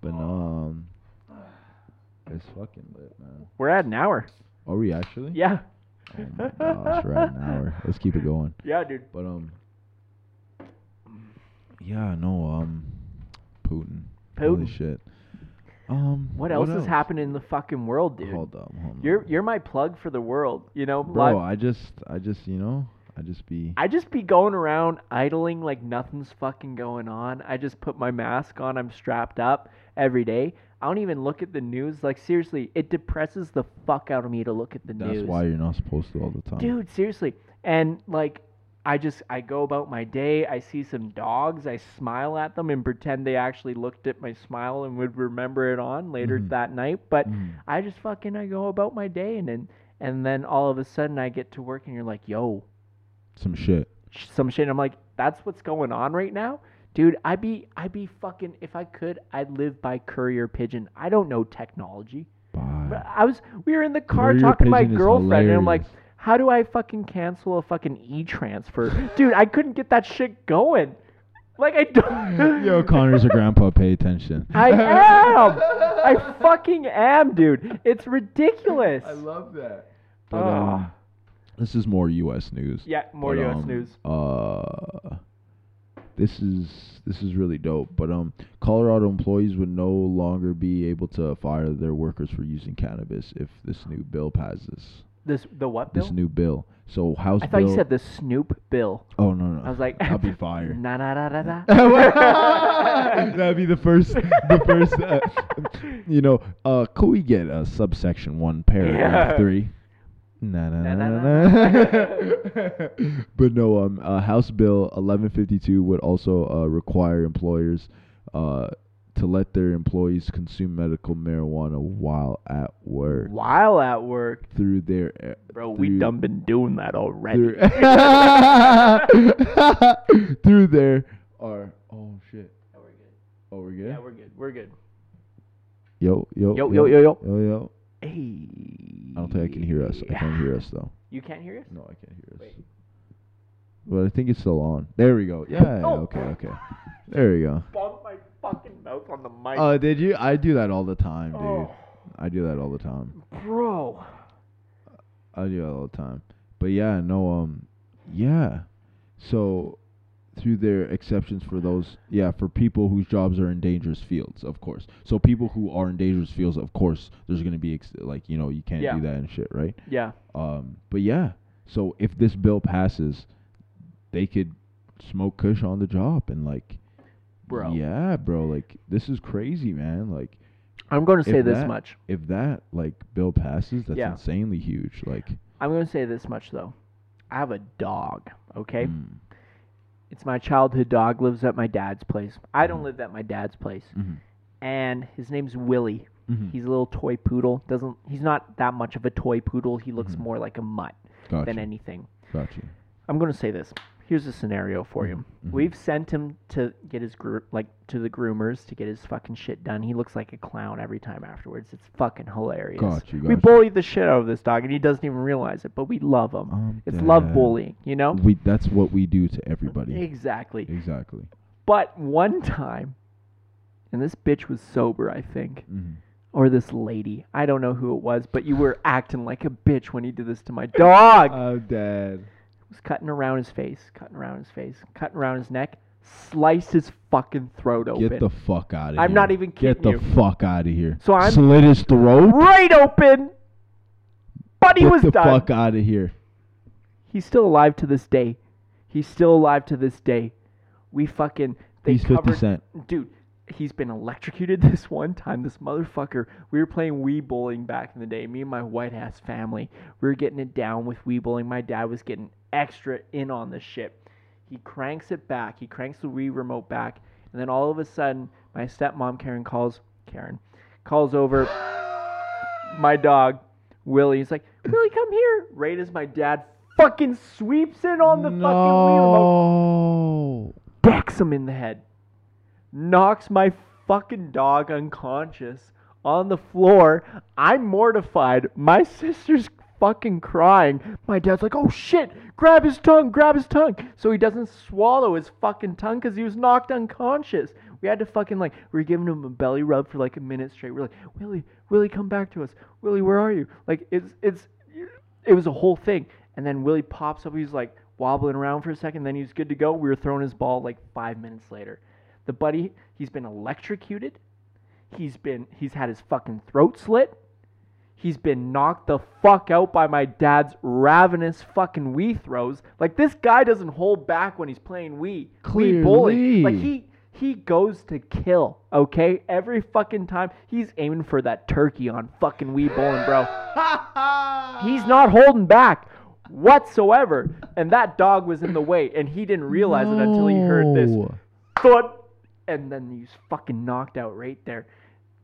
But no, um, it's fucking lit, man.
We're at an hour.
Are we actually?
Yeah,
Oh my gosh, right an hour. Let's keep it going.
yeah, dude.
But um, yeah, no, um, Putin. Holy
Putin.
shit. Um,
What else is happening in the fucking world, dude?
Hold up, hold up.
You're you're my plug for the world. You know,
bro.
blog.
I just, I just, you know, I just be.
I just be going around idling like nothing's fucking going on. I just put my mask on. I'm strapped up every day. I don't even look at the news. Like seriously, it depresses the fuck out of me to look at the
That's
news.
why you're not supposed to all the time.
dude seriously and like i just i go about my day i see some dogs i smile at them and pretend they actually looked at my smile and would remember it on later
Mhm.
that night but
Mhm.
i just fucking i go about my day and then and then all of a sudden i get to work and you're like yo
Some shit.
sh- some shit i'm like that's what's going on right now dude i be i be fucking if i could i'd live by courier pigeon i don't know technology
Bye.
but I was we were in the car
Courier
talking to my
pigeon is
girlfriend and I'm like,
hilarious.
how do I fucking cancel a fucking e transfer? Dude, I couldn't get that shit going. Like I don't
Yo, Connor's a grandpa. Pay attention.
I am I fucking am, dude. It's ridiculous.
love that. But, um,
Ah.
this is more U.S. news.
yeah, more
but,
US
um,
news.
Uh, this is this is really dope. But um, Colorado employees would no longer be able to fire their workers for using cannabis if this new bill passes.
This the what
This
bill?
new bill. So House.
I thought
bill,
you said the Snoop bill.
Oh no no.
I was like
I'll be fired.
Na na na na na.
That'd be the first, the first, uh, you know. Uh, could we get a subsection one, paragraph
Yeah.
three? Na na na na.
Na-na-na-na.
na. But no, um, uh, House Bill 1152 would also uh, require employers, uh, to let their employees consume medical marijuana while at work
While at work.
through their uh,
Bro, we
Dude.
done been doing that already.
through, through there are oh shit. Oh, we're good.
Yeah, we're good. We're good.
Yo, yo,
Yo, yo, yo, yo.
yo, yo.
Hey.
I don't think I can hear us. I can't hear us though.
You can't hear us?
No, I can't hear us.
Wait.
But I think it's still on. There we go. Yeah. yeah,
Oh.
Okay. Okay. There we go.
Bump my fucking mouth on the mic.
Oh, did you? I do that all the time, dude.
Oh.
I do that all the time.
Bro.
I do that all the time. But yeah, no. Um, yeah. So, through their exceptions for those, yeah, for people whose jobs are in dangerous fields, of course. So people who are in dangerous fields, of course, there's gonna be ex- like you know you can't
Yeah.
do that and shit, right?
Yeah.
Um, but yeah, so if this bill passes, they could smoke Kush on the job and like,
Bro.
yeah, bro, like this is crazy, man. Like
I'm going to say
If
this
that-
much.
if that like bill passes, that's
Yeah.
insanely huge. Like,
I'm going to say this much, though. I have a dog, okay?
mm,
It's my childhood dog, lives at my dad's place. I don't live at my dad's place.
mhm,
And his name's Willie.
mhm.
He's a little toy poodle. Doesn't he's not that much of a toy poodle. He looks more like a mutt
gotcha,
than anything.
gotcha.
I'm going to say this. Here's a scenario for you.
Mm-hmm.
We've sent him to get his gro- like to the groomers to get his fucking shit done. He looks like a clown every time afterwards. It's fucking hilarious.
Got you,
We
got you.
bully the shit out of this dog, and he doesn't even realize it. But we love him.
Um,
it's love
damn.
bullying, you know.
We that's what we do to everybody.
Exactly.
Exactly.
But one time, and this bitch was sober, I think,
Mhm.
or this lady. I don't know who it was, but you were acting like a bitch when he did this to my dog.
I'm dead.
was cutting around his face, cutting around his face, cutting around his neck, sliced his fucking throat open.
Get the fuck out of here.
I'm not even kidding
Get the
you.
fuck out of here.
So I'm-
slit his throat.
right open. But he
Get
was
the
done.
fuck out of here.
He's still alive to this day. He's still alive to this day. We fucking they
He's 50
covered,
Cent.
dude. He's been electrocuted this one time. This motherfucker. We were playing Wii bowling back in the day. Me and my white ass family. We were getting it down with Wii bowling. My dad was getting extra in on this shit. He cranks it back. He cranks the Wii remote back, and then all of a sudden, my stepmom Karen calls. Karen calls over my dog Willie. He's like, Willie, come here. Right as my dad fucking sweeps in on the fucking wheel remote,
no.
decks him in the head, knocks my fucking dog unconscious on the floor. I'm mortified. My sister's fucking crying. My dad's like, oh shit, grab his tongue, grab his tongue. So he doesn't swallow his fucking tongue because he was knocked unconscious. We had to fucking like, we were giving him a belly rub for like a minute straight. We're like, Willie, Willie, come back to us. Willie, where are you? Like, it's, it's, it was a whole thing. And then Willie pops up. He's like wobbling around for a second. Then he's good to go. We were throwing his ball like five minutes later. The buddy, he's been electrocuted. He's been, he's had his fucking throat slit. He's been knocked the fuck out by my dad's ravenous fucking Wii throws. Like this guy doesn't hold back when he's playing Wii. Wii bowling. Like
Clearly.
he he goes to kill. Okay, every fucking time he's aiming for that turkey on fucking Wii bowling, bro. He's not holding back whatsoever. And that dog was in the way, and he didn't realize it until he heard this
No.
thud, and then he's fucking knocked out right there.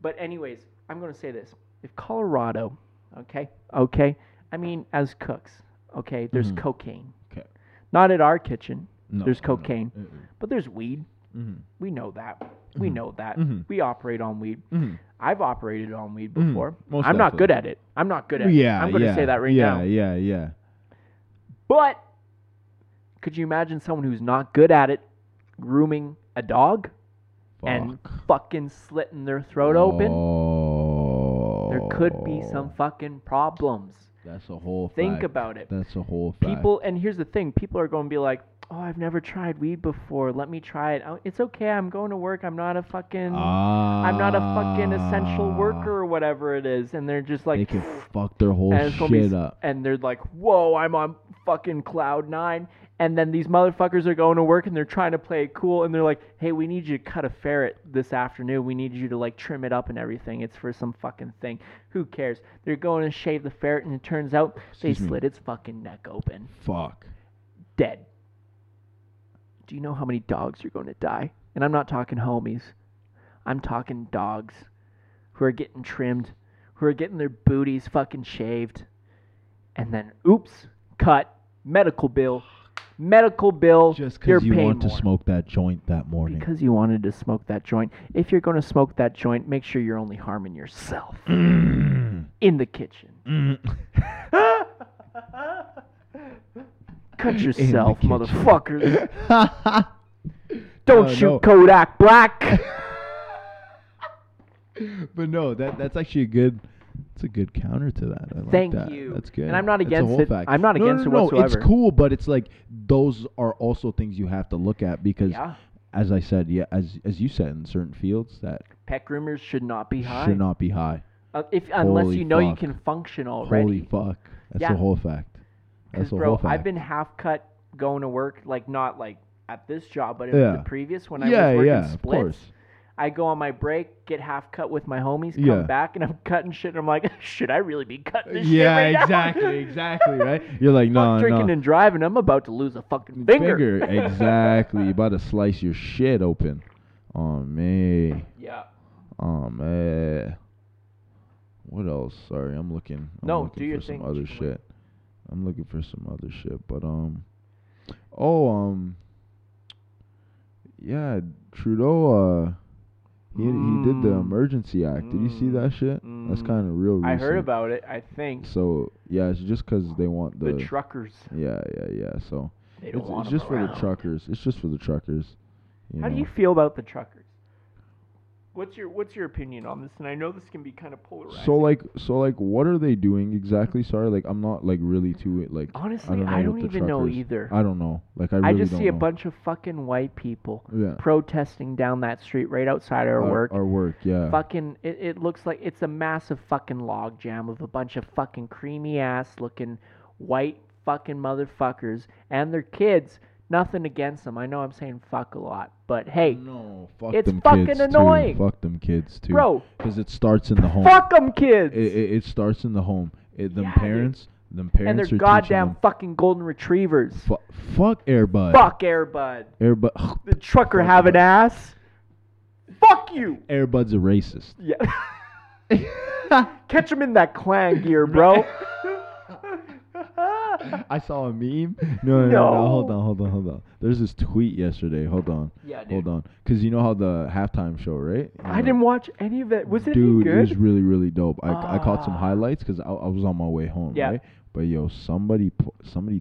But anyways, I'm gonna say this: if Colorado, okay, okay, I mean as cooks, okay, there's cocaine.
'Kay.
Not at our kitchen.
Mm-hmm. No,
there's
no,
cocaine,
mm-mm.
but there's weed.
Mhm.
We know that. We know that.
Mhm.
We operate on weed.
Mhm.
I've operated on weed before.
Mm-hmm. Most
I'm not good at
definitely.
it. I'm not good at
Yeah,
it. I'm gonna
yeah,
say that right
yeah,
now.
Yeah, yeah,
But could you imagine someone who's not good at it grooming a dog and
Fuck.
fucking slitting their throat open?
Oh.
There could be some fucking problems.
That's a whole.
Think
fact.
about it.
That's a whole. Fact.
People, and here's the thing people are going to be like, oh, I've never tried weed before. Let me try it. Oh, It's okay. I'm going to work. I'm not a fucking. I'm not a fucking essential
Ah.
worker or whatever it is, and they're just
They
like,
can fuck their whole
and it's gonna be
shit
s-
up.
And they're like, "Whoa, I'm on fucking cloud nine. And then these motherfuckers are going to work and they're trying to play it cool. And they're like, "Hey, we need you to cut a ferret this afternoon. We need you to like trim it up and everything. It's for some fucking thing. Who cares? They're going to shave the ferret, and it turns out
Excuse
they
me.
slit its fucking neck open,
Fuck.
dead. Do you know how many dogs are going to die? And I'm not talking homies. I'm talking dogs who are getting trimmed, who are getting their booties fucking shaved, and then oops, cut, medical bill, medical bill.
Just
you're
because you
paying
want
more.
to smoke that joint that morning.
Because you wanted to smoke that joint. If you're going to smoke that joint, make sure you're only harming yourself
Mm.
in the kitchen.
Mm.
Cut yourself, motherfuckers. Don't
Oh,
shoot
no.
Kodak Black.
But no, that that's actually a good. It's a good counter to that. I like
Thank
that.
you.
That's good.
And I'm not
That's a
against
whole
it.
fact.
I'm not
No, no,
against it
no, no,
whatsoever.
It's cool, but it's like those are also things you have to look at because,
yeah.
as I said, yeah, as as you said, in certain fields that
Peck rumors should not be high.
should not be high.
Uh, if unless
Holy
you know you
fuck.
can function already.
Holy fuck! That's
Yeah.
a whole fact. That's
Because,
a
bro,
whole fact.
I've been half cut going to work, like not like at this job, but in
Yeah.
the previous when I
yeah,
was working
yeah, of
splits.
course.
I go on my break, get half cut with my homies, come
Yeah.
back, and I'm cutting shit, and I'm like, should I really be cutting this
Yeah,
shit right now?
exactly, exactly, right? You're like,
Fuck
no,
drinking
no.
and driving, I'm about to lose a fucking finger.
exactly. You about to slice your shit open. Oh me.
Yeah.
Oh man. What else? Sorry, I'm looking. I'm
No,
looking
do your
for
thing,
some other
Chicken Wing.
shit. I'm looking for some other shit, but um, oh um, yeah, Trudeau. Uh, he he did the
Mm.
emergency act. Did you see
Mm.
that shit? That's
Mm.
kind of real.
I heard
recent.
about it, I think.
So yeah, it's just because they want
The,
the.
truckers.
yeah, yeah, yeah. So
They don't
it's,
want
it's
'em
just for the
around.
truckers. It's just for the truckers. You
How do
know.
you feel about the truckers? What's your what's your opinion on this? And I know this can be kind of polarizing.
So like, so like, what are they doing exactly? Sorry, like, I'm not like really too it like.
honestly,
I don't know
I
what
don't
the
even know
truckers-
either.
I don't know. Like, I
I
really
just
don't
see a
know.
bunch of fucking white people
Yeah.
protesting down that street right outside our
Our
work.
Our work. Yeah.
fucking it, it looks like it's a massive fucking log jam of a bunch of fucking creamy ass looking white fucking motherfuckers and their kids. Nothing against them. I know I'm saying fuck a lot, but hey,
No. Fuck
It's
them
fucking
kids, too.
annoying.
Fuck them kids too.
bro,
Because it starts in the home.
fuck them kids.
It, it, it starts in the home. It, them
Yeah, dude.
parents. Them
and
parents
they're
are
goddamn
teaching
fucking golden retrievers.
them. Fu- fuck Airbud.
Fuck Airbud.
Airbud.
The trucker
Fuck
have an
Airbud.
ass. Fuck you.
Airbud's a racist.
Yeah. Catch him in that clan gear, bro.
I saw a meme. No, no, no, no, Hold on, hold on, hold on. There's this tweet yesterday. Hold on.
Yeah, dude.
Hold on. Because you know how the halftime show, right? You
I
know-
didn't watch any of it. Was it any
Dude, it was
good?
really, really dope. I, I caught some
Ah.
highlights because I, I was on my way home,
Yeah.
right? But yo, somebody po- somebody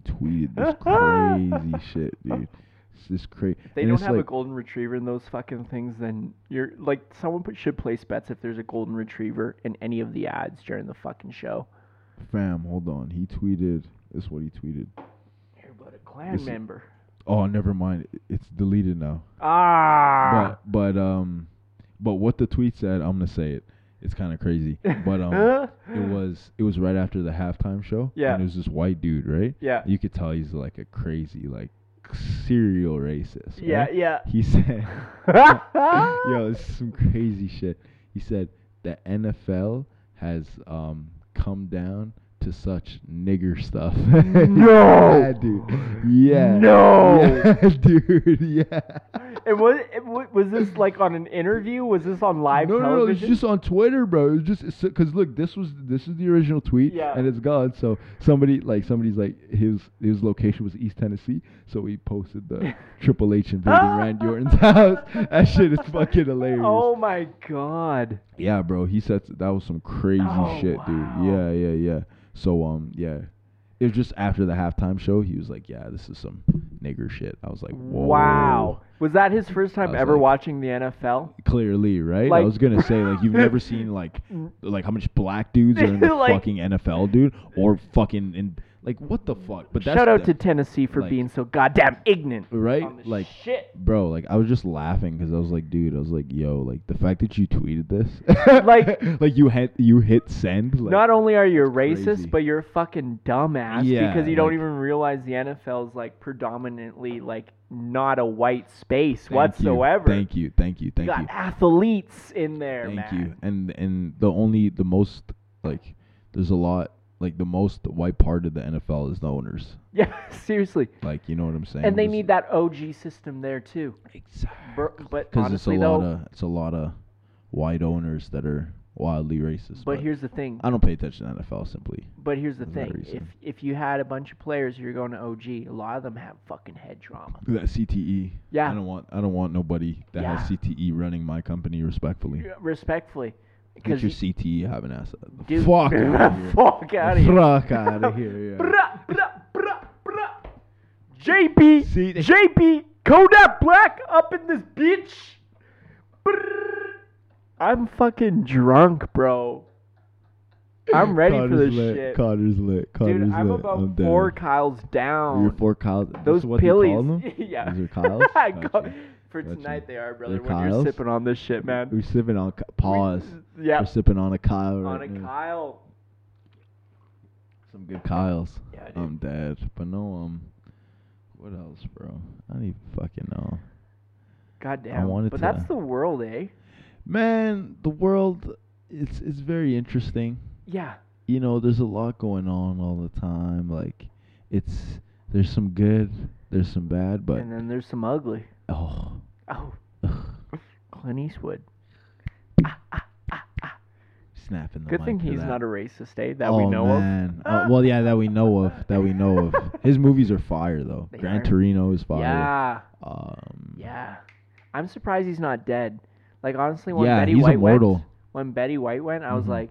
tweeted this crazy shit, dude. It's just crazy.
If they
and
don't
it's
have a
like,
golden retriever in those fucking things. Then you're like someone put, should place bets if there's a golden retriever in any of the ads during the fucking show.
fam, hold on. He tweeted. This is what he tweeted.
You're but a clan
This-
member.
Oh, never mind. It's deleted now.
Ah.
But but um, but what the tweet said, I'm gonna say it. It's kind of crazy. But um,
Huh?
it was it was right after the halftime show.
Mm. Yeah.
And it was this white dude, right?
Yeah.
You could tell he's like a crazy, like serial racist.
Yeah.
right?
Yeah.
He said, "Yo, this is some crazy shit." He said the NFL has um come down to such nigger stuff.
No.
yeah, dude. Yeah.
No.
Yeah, dude. Yeah.
And was, it, wa- was this like on an interview? Was this on live
no, no, no, it's
television?
just on Twitter, bro. It's just it's because look, this was this is the original tweet,
Yeah.
and it's gone. So somebody like somebody's like his his location was East Tennessee, so he posted the Triple H invading Randy Orton's house. That shit is fucking hilarious.
oh my god.
Yeah, bro, he said that was some crazy
Oh,
shit,
wow.
dude. Yeah, yeah, yeah. So um, yeah, it was just after the halftime show. He was like, "Yeah, this is some nigger shit." I was like, Whoa.
Wow. Was that his first time
was
ever
like-
watching the NFL?
clearly, right? I
Like-
was gonna say like you've never seen like like how much black dudes are in the
Like-
fucking NFL, dude, or fucking in like what the fuck? But that's
Shout out
the-
to Tennessee for
like-
being so goddamn ignorant. on
right,
this
like
Shit.
bro, like I was just laughing because I was like, dude, I was like, yo, like the fact that you tweeted this,
Like-
like you hit you hit send, like,
Not only are you a racist,
that's crazy.
but you're a fucking dumbass
Yeah,
because you don't
like-
even realize the NFL is like predominantly like not a white space
thank you,
whatsoever.
thank you, thank you, thank
got
you,
athletes in there,
thank
man.
you, and and the only the most like there's a lot like the most white part of the NFL is the owners.
Yeah, seriously.
Like you know what I'm saying?
And they
Just-
need that OG system there too.
Exactly.
Bur- But
Because it's a
honestly
lot
though,
of it's a lot of white owners that are wildly racist.
but here's the thing.
I don't pay attention to NFL simply.
But here's the
There's no
thing: if
reason.
if you had a bunch of players, you're going to OG. A lot of them have fucking head trauma.
That CTE.
Yeah.
I don't want I don't want nobody that has
Yeah.
CTE running my company respectfully.
Respectfully,
Get
because
your E, CTE having ass.
Dude.
Fuck out here.
fuck out of here.
Fuck out of here. Yeah.
Bruh, bruh, bruh, bruh. JP,
See, they-
JP, Kodak Black up in this bitch. Brrr. I'm fucking drunk, bro. I'm ready for
Connor's
this
lit.
shit.
Connor's lit. Connor's
Dude, I'm
lit.
about
I'm down.
four Kyles
Your
down.
four Kyles.
Those
this is what you
pillies.
call them?
yeah.
These are Kyles?
I
Gotcha.
call- For
Gotcha.
tonight, they are, brother.
They're
When you're
Kyles?
sipping on this shit, man.
We're sipping on Ky- pause.
Yeah.
We're sipping on a Kyle right
On a
now.
Kyle.
Some good Kyles.
Yeah, dude.
I'm dead. But no, um, what else, bro? I don't even fucking know.
Goddamn.
wanted
but
to-
that's the world, eh?
Man, the world, it's it's very interesting.
Yeah.
You know, there's a lot going on all the time. Like, it's there's some good, there's some bad, but
and then there's some ugly.
oh,
Oh,
ugh,
Clint Eastwood.
snapping the
Good
mic
thing
for
he's
that.
not a racist, eh? That
oh,
we know
man. Uh, well, yeah, that we know of. That we know of. His movies are fire, though.
They
Gran
are.
Torino is
of.
fire.
Yeah,
Um,
yeah. I'm surprised he's not dead. Like honestly, when
yeah,
Betty
he's
White
immortal.
went, when Betty White went, I was
Mhm.
like,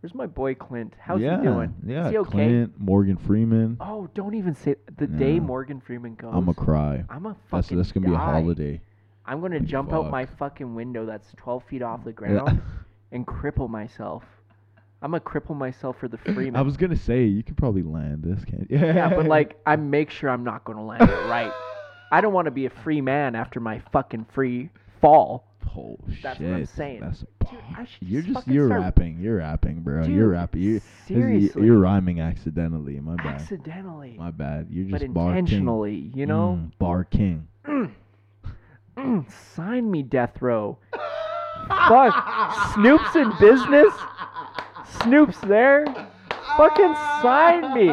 "Where's my boy Clint? How's
yeah,
he doing?
Yeah,
Is he okay?"
Clint, Morgan Freeman.
Oh, don't even say the day
Yeah.
Morgan Freeman goes.
I'm a cry.
I'm a
That's
fucking.
that's gonna be a
die.
holiday.
I'm gonna
Like,
jump out my fucking window that's 12 feet off the ground and cripple myself. I'm gonna cripple myself for the Freeman.
I was gonna say you could probably land this, can't you?
Yeah, but like I make sure I'm not gonna land it right. I don't want to be a free man after my fucking free fall.
oh shit,
That's what I'm saying.
That's
I should
you're
just
just
fucking
you're
start-
rapping, you're rapping, bro.
Dude,
you're rapping. You're, this is-
seriously.
you're rhyming accidentally. My bad.
Accidentally.
my bad. You're
But
just bar king.
intentionally, you know?
Mm, bar king.
Mm, sign me death row. Fuck. Snoop's in business. Snoop's there. Fucking sign me.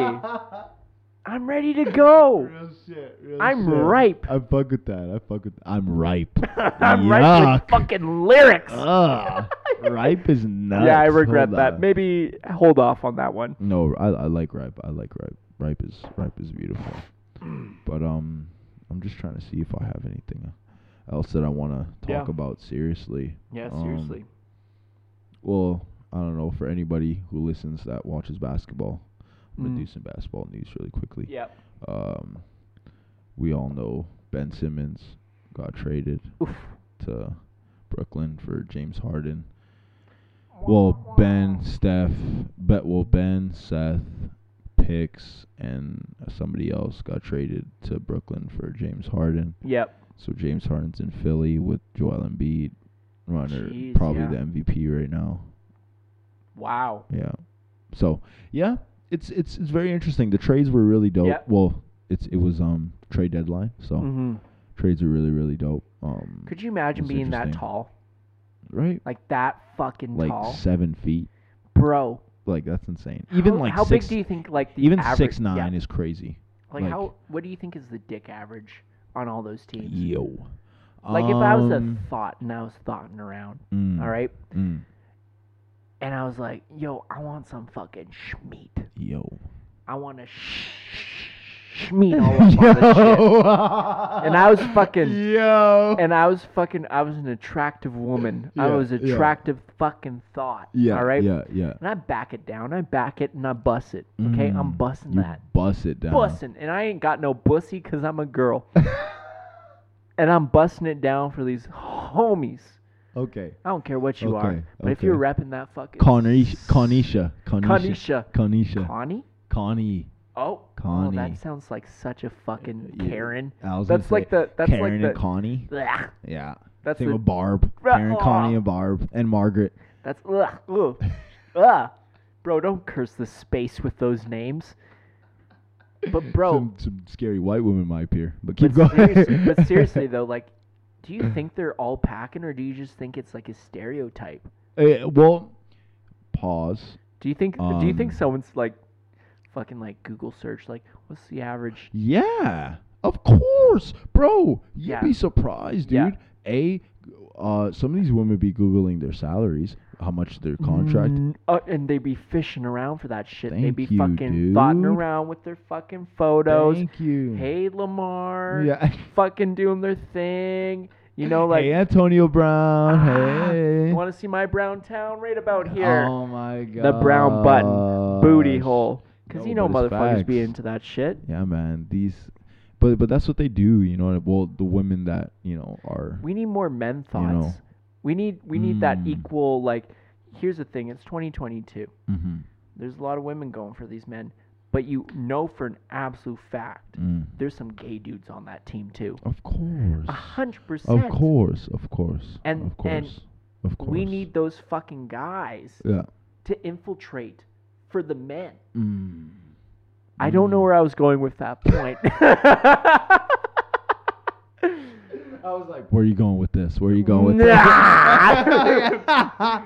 I'm ready to go.
Real shit. Real
I'm ripe.
I fuck with that. I fuck with. I'm ripe.
I'm right with
Yuck.
fucking lyrics.
Ugh. ripe is nuts.
yeah, I regret
Hold
that.
on.
Maybe hold off on that one.
No, I, I like ripe. I like ripe. Ripe is ripe is beautiful. but um, I'm just trying to see if I have anything else that I want to talk
Yeah.
about seriously.
Yeah,
Um,
seriously.
Well, I don't know for anybody who listens that watches basketball. I'm gonna
Mm.
do some basketball news really quickly.
yeah.
Um, we all know Ben Simmons got traded
Oof.
to Brooklyn for James Harden. Well, Ben, Steph, bet well Ben, Seth, Picks, and somebody else got traded to Brooklyn for James Harden.
Yep.
So James Harden's in Philly with Joel Embiid, runner
Jeez,
probably
yeah.
the MVP right now.
Wow.
Yeah. So yeah, it's it's it's very interesting. The trades were really dope.
Yeah.
Well, it's it was um trade deadline, so
hmm
trades are really really dope. Um,
Could you imagine
That's
being that
interesting.
tall?
right?
Like that fucking
Like
tall,
seven feet.
bro.
Like that's insane. Even
how,
like
how
six,
big do you think like the
even
average,
six nine is crazy.
Yeah, like,
like-
how? What do you think is the dick average on all those teams?
Yo.
Like if I was a
Um,
thought and I was thoughting around,
mm,
all right,
mm,
and I was like, yo, I want some fucking schmeat.
yo.
I want to schmeat all up on this shit. And I was fucking-
Yo.
and I was fucking I was an attractive woman. I
Yeah,
was
yeah.
attractive fucking thought.
yeah.
All right.
Yeah. Yeah.
And I back it down. I back it and I bust it. Okay. I'm
Mm,
busting
you
that.
Bust it down.
Busting. And I ain't got no bussy because I'm a girl. and I'm busting it down for these homies.
Okay.
I don't care what you
Okay,
are. But if you're
okay.
repping that fucking.
Cornisha. Cornisha. Cornisha.
Conisha.
Cornisha.
Connie?
Connie.
Oh. Oh,
Connie.
that sounds like such a fucking
Yeah,
Karen.
I was gonna
That's like
say
the. That's
Karen
like
and
the.
Connie.
Blech.
Yeah.
That's
Same
the
with Barb.
Right,
Karen,
aw.
Connie, and Barb, and Margaret.
That's ugh, ugh, ugh. Bro, don't curse the space with those names. But bro,
some, some scary white women might appear, but keep
but
going.
seriously, but seriously though, like, do you think they're all packing, or do you just think it's like a stereotype?
Eh, well, pause.
Do you think? do you think
Um,
someone's like, fucking like Google search, like, what's the average?
Yeah, of course, bro. You'd
Yeah.
be surprised,
Yeah.
dude. A, uh, some of these women be googling their salaries, how much their contract.
Mm, uh, and they be fishing around for that shit. they
Thank
be
you,
fucking thotting
dude.
around with their fucking photos.
Thank you.
Hey Lamar,
Yeah.
fucking doing their thing. You know, like
hey, Antonio Brown. hey.
Want to see my brown town right about here?
Oh my god.
the brown button, booty hole. Because
No,
you know
but it's
motherfuckers be
facts.
into that shit.
Yeah, man. These, but but that's what they do. You know. Well, the women that you know are.
We need more men thoughts.
know.
We need we need that
Mm.
equal like. Here's the thing: it's 2022.
Mhm.
There's a lot of women going for these men, but you know for an absolute fact,
Mm.
there's some gay dudes on that team too.
Of course.
A hundred percent.
Of course. Of course.
And-
of course.
and
of course.
We need those fucking guys
Yeah.
to infiltrate for the men.
Mm.
I don't know where I was going with that point.
I was like, where are you going with this? Where are you going with
Nah.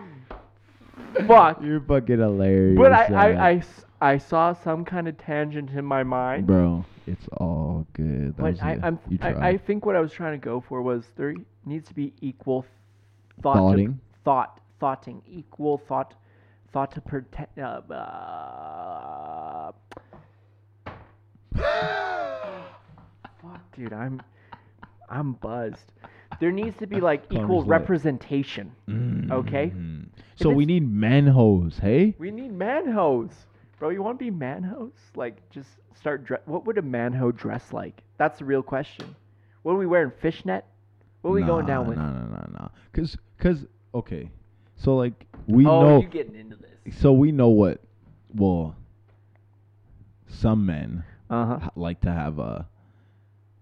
Fuck.
this? You're fucking hilarious.
But I, I, I
man.
s- I saw some kind of tangent in my mind.
Bro, it's all good. That was
but I,
it.
I'm,
you
I,
tried.
I think what I was trying to go for was there needs to be equal thought. To,
Thoughting?
thought. Thoughting. Equal thought. Thought to protect. Uh, uh, fuck, dude. I'm, I'm buzzed. There needs to be like equal
Connor's lit.
representation. Okay.
Mm. So we
it's-
need man hoes, hey?
We need manhos. Bro, you want to be manhos? Like, just start dre- What would a manho dress like? That's the real question. What are we wearing? Fishnet? What are we going down with?
No, no, no, no. Cause, cause, okay. So like we
oh,
know.
you getting into this.
So we know what. Well, some men
Uh huh.
ha- like to have a.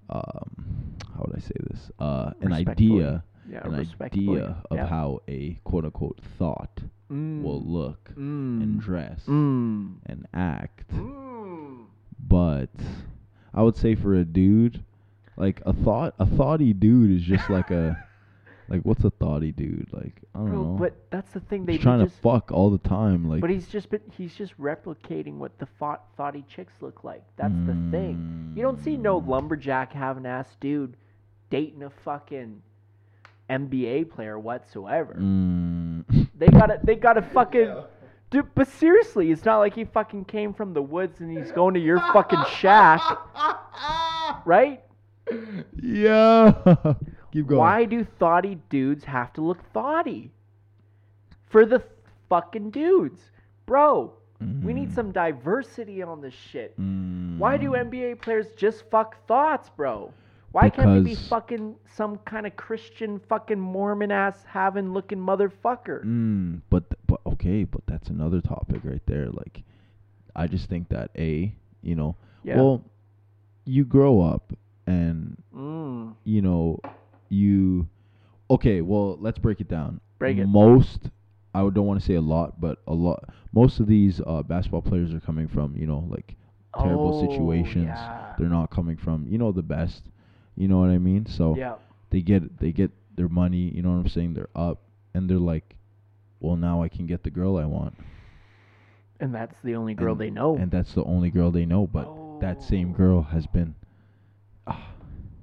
Um, how would I say this? Uh, an
Respectfully.
idea,
Yeah,
an
respectfully.
idea of
Yeah.
how a quote unquote thought
Mm.
will look and
mm.
dress
Mm.
and act.
Mm.
but I would say for a dude, like a thought, a thoughty dude is just like a, like what's a thoughty dude? Like I don't
Bro,
know.
but that's the thing. They
he's trying
just,
to fuck all the time. Like,
but he's just been, he's just replicating what the thought, thoughty chicks look like. That's
Mm.
the thing. You don't see no lumberjack having ass dude dating a fucking NBA player whatsoever.
Mm.
They gotta they gotta fucking Dude, but seriously, it's not like he fucking came from the woods and he's going to your fucking shack, right?
yeah. Keep going.
Why do thoughty dudes have to look thoughty? For the fucking dudes. Bro, we need some diversity on this shit.
Mm.
Why do NBA players just fuck thoughts, bro? Why can't they be
Because-
fucking some kind of Christian fucking Mormon ass having looking motherfucker?
Mm, but th- but okay, but that's another topic right there. Like, I just think that a you know,
Yeah.
well, you grow up and
Mm.
you know, you okay. Well, let's break it down.
Break it.
Most I would- don't want to say a lot, but a lot. Most of these uh, basketball players are coming from you know like terrible
Oh,
situations.
Yeah.
They're not coming from you know the best. You know what I mean? So
yeah.
they get they get their money, you know what I'm saying? They're up and they're like, Well now I can get the girl I want.
And that's the only girl
And-
they know.
And that's the only girl they know, but that same
Oh.
girl has been ah,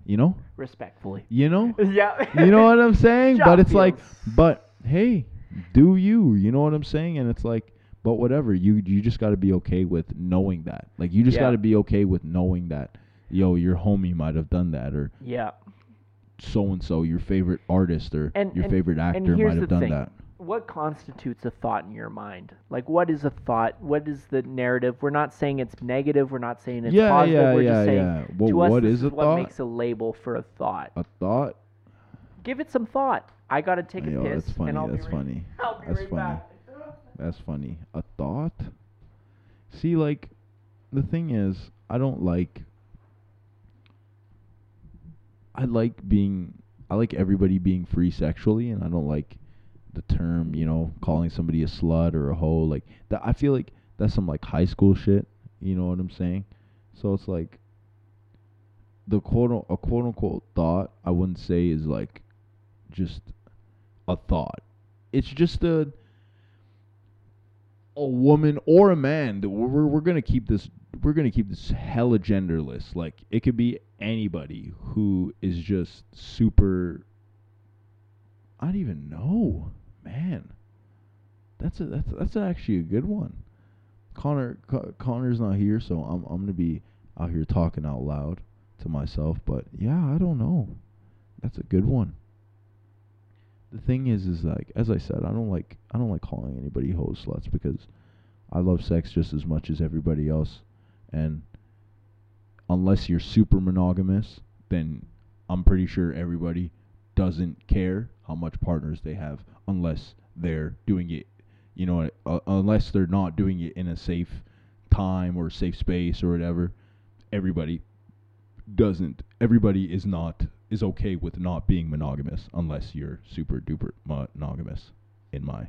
you know?
Respectfully.
You know?
Yeah.
You know what I'm saying?
Job
but it's like
feels.
but hey, do you, you know what I'm saying? And it's like but whatever, you you just gotta be okay with knowing that. Like you just
Yeah.
gotta be okay with knowing that, yo, your homie might have done that or
yeah.
so and so, your favorite artist or
And-
your
and-
favorite
and
actor
here's
might
the
have done
thing.
that.
What constitutes a thought in your mind? Like, what is a thought? What is the narrative? We're not saying it's negative. We're not saying it's positive. We're just saying
Well,
to us,
what
this
is a
what
thought?
makes a label for a thought.
a thought?
Give it some thought. I gotta take a
Yo,
piss.
that's funny.
And I'll
That's
be right-
funny.
I'll be
That's
right
funny.
back.
That's funny. A thought? See, like, the thing is, I don't like. I like being. I like everybody being free sexually, and I don't like the term, you know, calling somebody a slut or a hoe. Like, that, I feel like that's some, like, high school shit. You know what I'm saying? So it's like. The quote a quote unquote thought I wouldn't say is like just a thought. It's just a a woman or a man. that We're, we're, we're gonna keep this. We're gonna keep this hella genderless. Like it could be anybody who is just super. I don't even know, man. That's a that's that's actually a good one. Connor Co- Connor's not here, so I'm I'm gonna be out here talking out loud to myself. But yeah, I don't know. That's a good one. The thing is, is like as I said, I don't like I don't like calling anybody hoes sluts because I love sex just as much as everybody else, and unless you're super monogamous, then I'm pretty sure everybody doesn't care how much partners they have unless they're doing it, you know, uh, unless they're not doing it in a safe time or safe space or whatever. Everybody doesn't. Everybody is not is okay with not being monogamous unless you're super duper monogamous, in my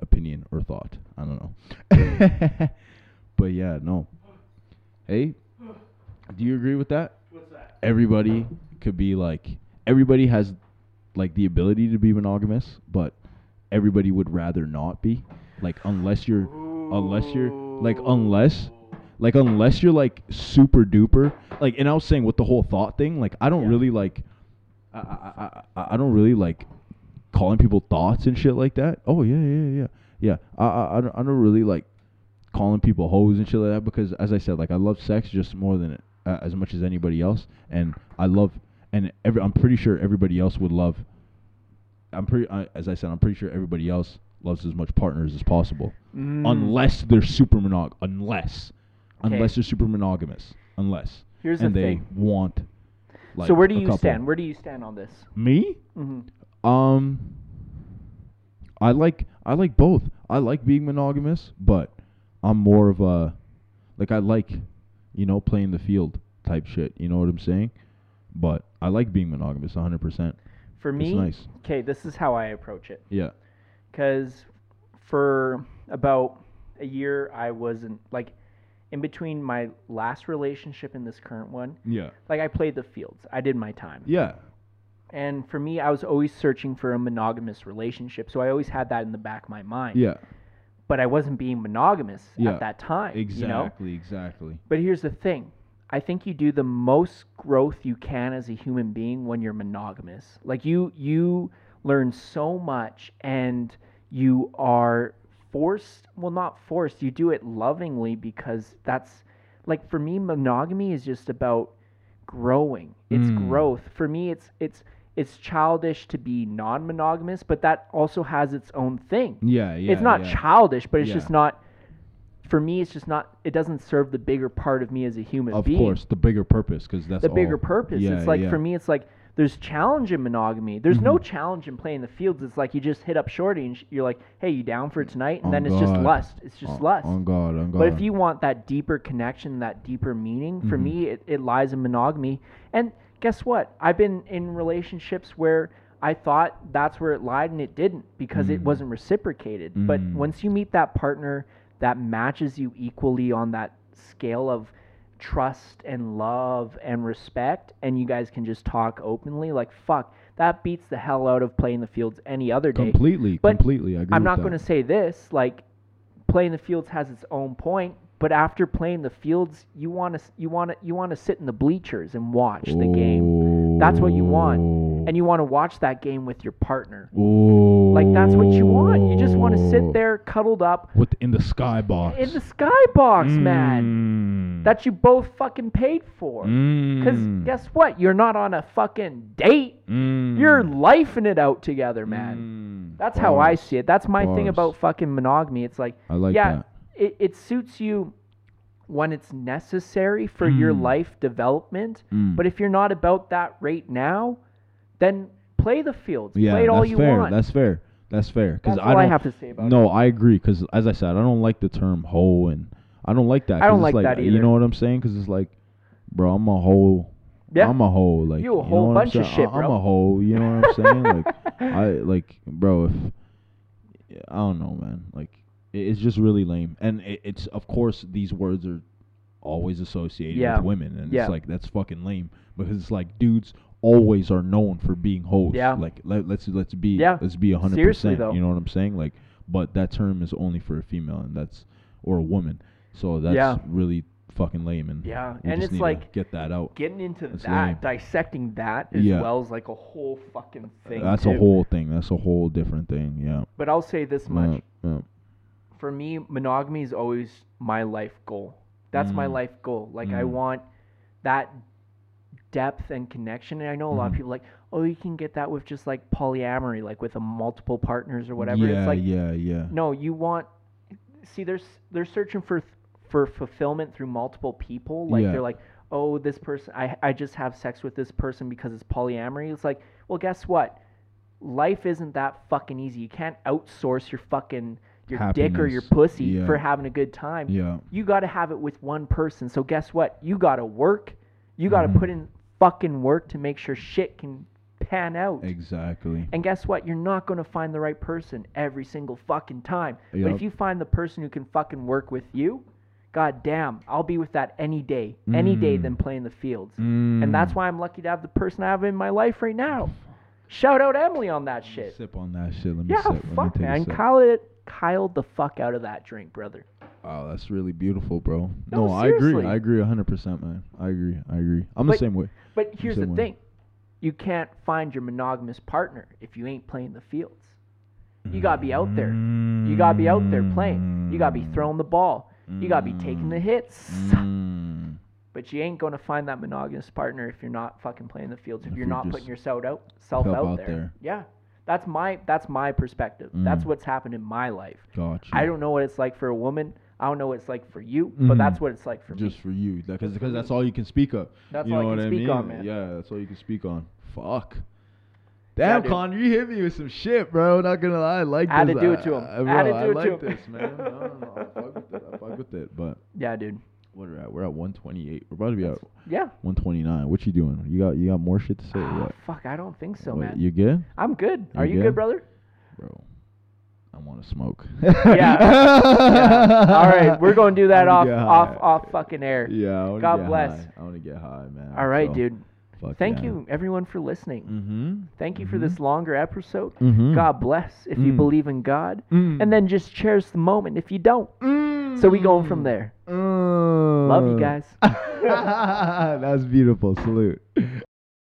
opinion or thought. I don't know. but yeah, no. Hey, do you agree with that?
What's that?
Everybody could be like everybody has like the ability to be monogamous, but everybody would rather not be. Like unless you're unless you're like unless like unless you're like super duper like and i was saying with the whole thought thing like i don't
Yeah.
really like I, I, I, I- I don't really like calling people thoughts and shit like that oh yeah yeah yeah yeah i i, I, don't, I don't really like calling people hoes and shit like that because as i said like i love sex just more than uh, as much as anybody else and i love and every i'm pretty sure everybody else would love i'm pretty I as i said i'm pretty sure everybody else loves as much partners as possible
Mm.
unless they're super monog unless unless they're super monogamous unless
Here's
and
the
they
thing.
want like
so where do
a
you
couple.
stand? Where do you stand on this?
me
Mm-hmm.
um i like i like both i like being monogamous but i'm more of a like i like you know playing the field type shit you know what i'm saying but i like being monogamous 100%
For
it's
me,
nice
okay, this is how I approach it.
yeah
Because for about a year, I wasn't like in between my last relationship and this current one.
yeah
Like I played the fields. I did my time.
yeah
And for me, I was always searching for a monogamous relationship. So I always had that in the back of my mind.
yeah
But I wasn't being monogamous
Yeah.
at that time.
exactly
You know?
exactly
But here's the thing. I think you do the most growth you can as a human being when you're monogamous. Like you you learn so much and you are forced well not forced you do it lovingly because that's like for me monogamy is just about growing it's
Mm.
growth for me it's it's it's childish to be non-monogamous but that also has its own thing
Yeah, yeah.
it's not
yeah.
childish but it's
Yeah.
just not for me it's just not it doesn't serve the bigger part of me as a human
Of
being
course, the bigger purpose, because that's
the bigger
all-
purpose.
Yeah,
it's like
yeah. Mm-hmm.
for me, it's like there's challenge in monogamy. There's no challenge in playing the fields. It's like you just hit up shorty and sh- you're like, hey, you down for it tonight? And
On
then it's just
Oh, God. Oh,
lust. It's just
On-
lust.
On God, on God.
but if you want that deeper connection, that deeper meaning, for
Mm-hmm.
me, it, it lies in monogamy. And guess what? I've been in relationships where I thought that's where it lied and it didn't because it wasn't reciprocated. But
Mm.
once you meet that partner that matches you equally on that scale of trust and love and respect, and you guys can just talk openly, like, fuck, that beats the hell out of playing the fields any other day.
completely,
But
completely, I agree.
I'm
with
not
that.
going to say this. Like, playing the fields has its own point, but after playing the fields, you want to you want to you want to sit in the bleachers and watch the game,
Oh.
That's what you want. and you want to watch that game with your partner.
oh,
Like that's what you want. You just want to sit there cuddled up
with in the skybox.
in the skybox,
Mm.
man.
man.
That you both fucking paid for.
Mm.
Because guess what? You're not on a fucking date.
Mm.
You're lifing it out together, man. That's how I see it. That's my thing
Bars.
about fucking monogamy. It's like,
Oh, I like
yeah,
that.
It, it suits you when it's necessary for your
Mm.
life development.
Mm.
But if you're not about that right now, then play the fields.
yeah,
play it
that's
all you
fair.
want.
That's fair. That's fair. Because
That's
I
all I
don't-
have to say about
no, I agree. Because as I said, I don't like the term hoe, and I don't like that.
I don't
'cause it's
like that
You
either.
know what I'm saying? Because it's like, bro, I'm a hoe.
Yeah.
I'm a hoe. Like
You a
know
whole
what I'm
bunch of
saying?
shit,
I- I'm
bro.
a hoe. You know what I'm saying? Like I like, bro. If I don't know, man. Like it- it's just really lame, and it, it's of course these words are always associated
Yeah.
with women, and
Yeah.
it's like that's fucking lame because it's like dudes always are known for being hoes.
Yeah.
Like let, let's let's be
Yeah.
let's be hundred
Seriously,
percent.
though.
You know what I'm saying? Like, but that term is only for a female, and that's or a woman. So that's
Yeah.
really fucking lame, and
Yeah,
we
and it's
just need to
like-
get that out.
Getting into
That's
that,
lame.
dissecting that as
Yeah.
well as like a whole fucking thing.
That's a
too.
whole thing. That's a whole different thing. Yeah.
But I'll say this much.
Yeah. yeah.
for me, monogamy is always my life goal. That's my
Mm.
life goal. Like I
Mm.
want that depth and connection. And I know a lot of
Mhm.
people are like, oh, you can get that with just like polyamory, like with a multiple partners or whatever.
Yeah,
it's like
yeah, yeah.
no, you want. See, they're s- they're searching for th- for fulfillment through multiple people. Like
Yeah.
they're like, oh, this person, I I just have sex with this person because it's polyamory. It's like, well, guess what? Life isn't that fucking easy. You can't outsource your fucking your dick or your
Happiness.
pussy
Yeah.
for having a good time.
Yeah.
You got to have it with one person. So guess what? You got to work. You got to
Mhm.
put in fucking work to make sure shit can pan out.
Exactly.
And guess what? You're not going to find the right person every single fucking time. But
Yup.
if you find the person who can fucking work with you, god damn, I'll be with that any day, any day
Mm.
than playing the fields. And that's why I'm lucky to have the person I have in my life right now. Shout out Emily on that shit.
Sip on that shit. Let me
Yeah,
sip. Let me
fuck
take a
man,
sip.
Kyle it, Kyle the fuck out of that drink, brother.
Wow, that's really beautiful, bro. No,
No,
I agree.
seriously.
I agree 100%, man. I agree. I agree. I'm the
But-
same way.
But here's the
Same way.
thing. You can't find your monogamous partner if you ain't playing the fields. You got to be out there. You got to be out there playing. You got to be throwing the ball. You got to be taking the hits.
Mm.
But you ain't going to find that monogamous partner if you're not fucking playing the fields, if,
If
you're
you're
not
just
putting yourself out, self
self
out,
out
there.
there. Mm.
Yeah. That's my that's my perspective. That's what's happened in my life.
Gotcha.
I don't know what it's like for a woman. I don't know what it's like for you, but
Mhm.
that's what it's like for
Just
me.
for you. Because that's all you can speak of.
That's
you
all I
know
can
what
speak
mean?
on, man.
Yeah, that's all you can speak on. Fuck.
Yeah,
Damn,
dude.
Connor, you hit me with some shit, bro. Not gonna lie, I like
I had
this.
to do it to him.
I, I,
I had
bro,
to
I
do it to
like
him.
this, man. No, no, no, I fuck with it. I fuck with it. But
Yeah, dude.
what are we at? We're at 128. We're about to be at
Yeah.
129. What you doing? You got you got more shit to say? or
Ah,
what?
fuck, I don't think so,
What,
man.
You good,
I'm good.
You
Are you
good?
good, brother?
bro? I want to smoke.
Yeah. All right, we're going to do that
I
off
wanna get
off
high.
off fucking air.
Yeah. I wanna
God
get
bless.
high. I want to get high, man.
All right,
So,
dude.
fuck
Thank
yeah.
you everyone for listening.
Mhm.
Thank you for this longer episode.
Mhm.
God bless if you
Mm.
believe in God.
Mm.
And then just cherish the moment if you don't. So we going
Mm.
from
Hmm.
there. Love you guys.
That's Mm. beautiful. Salute.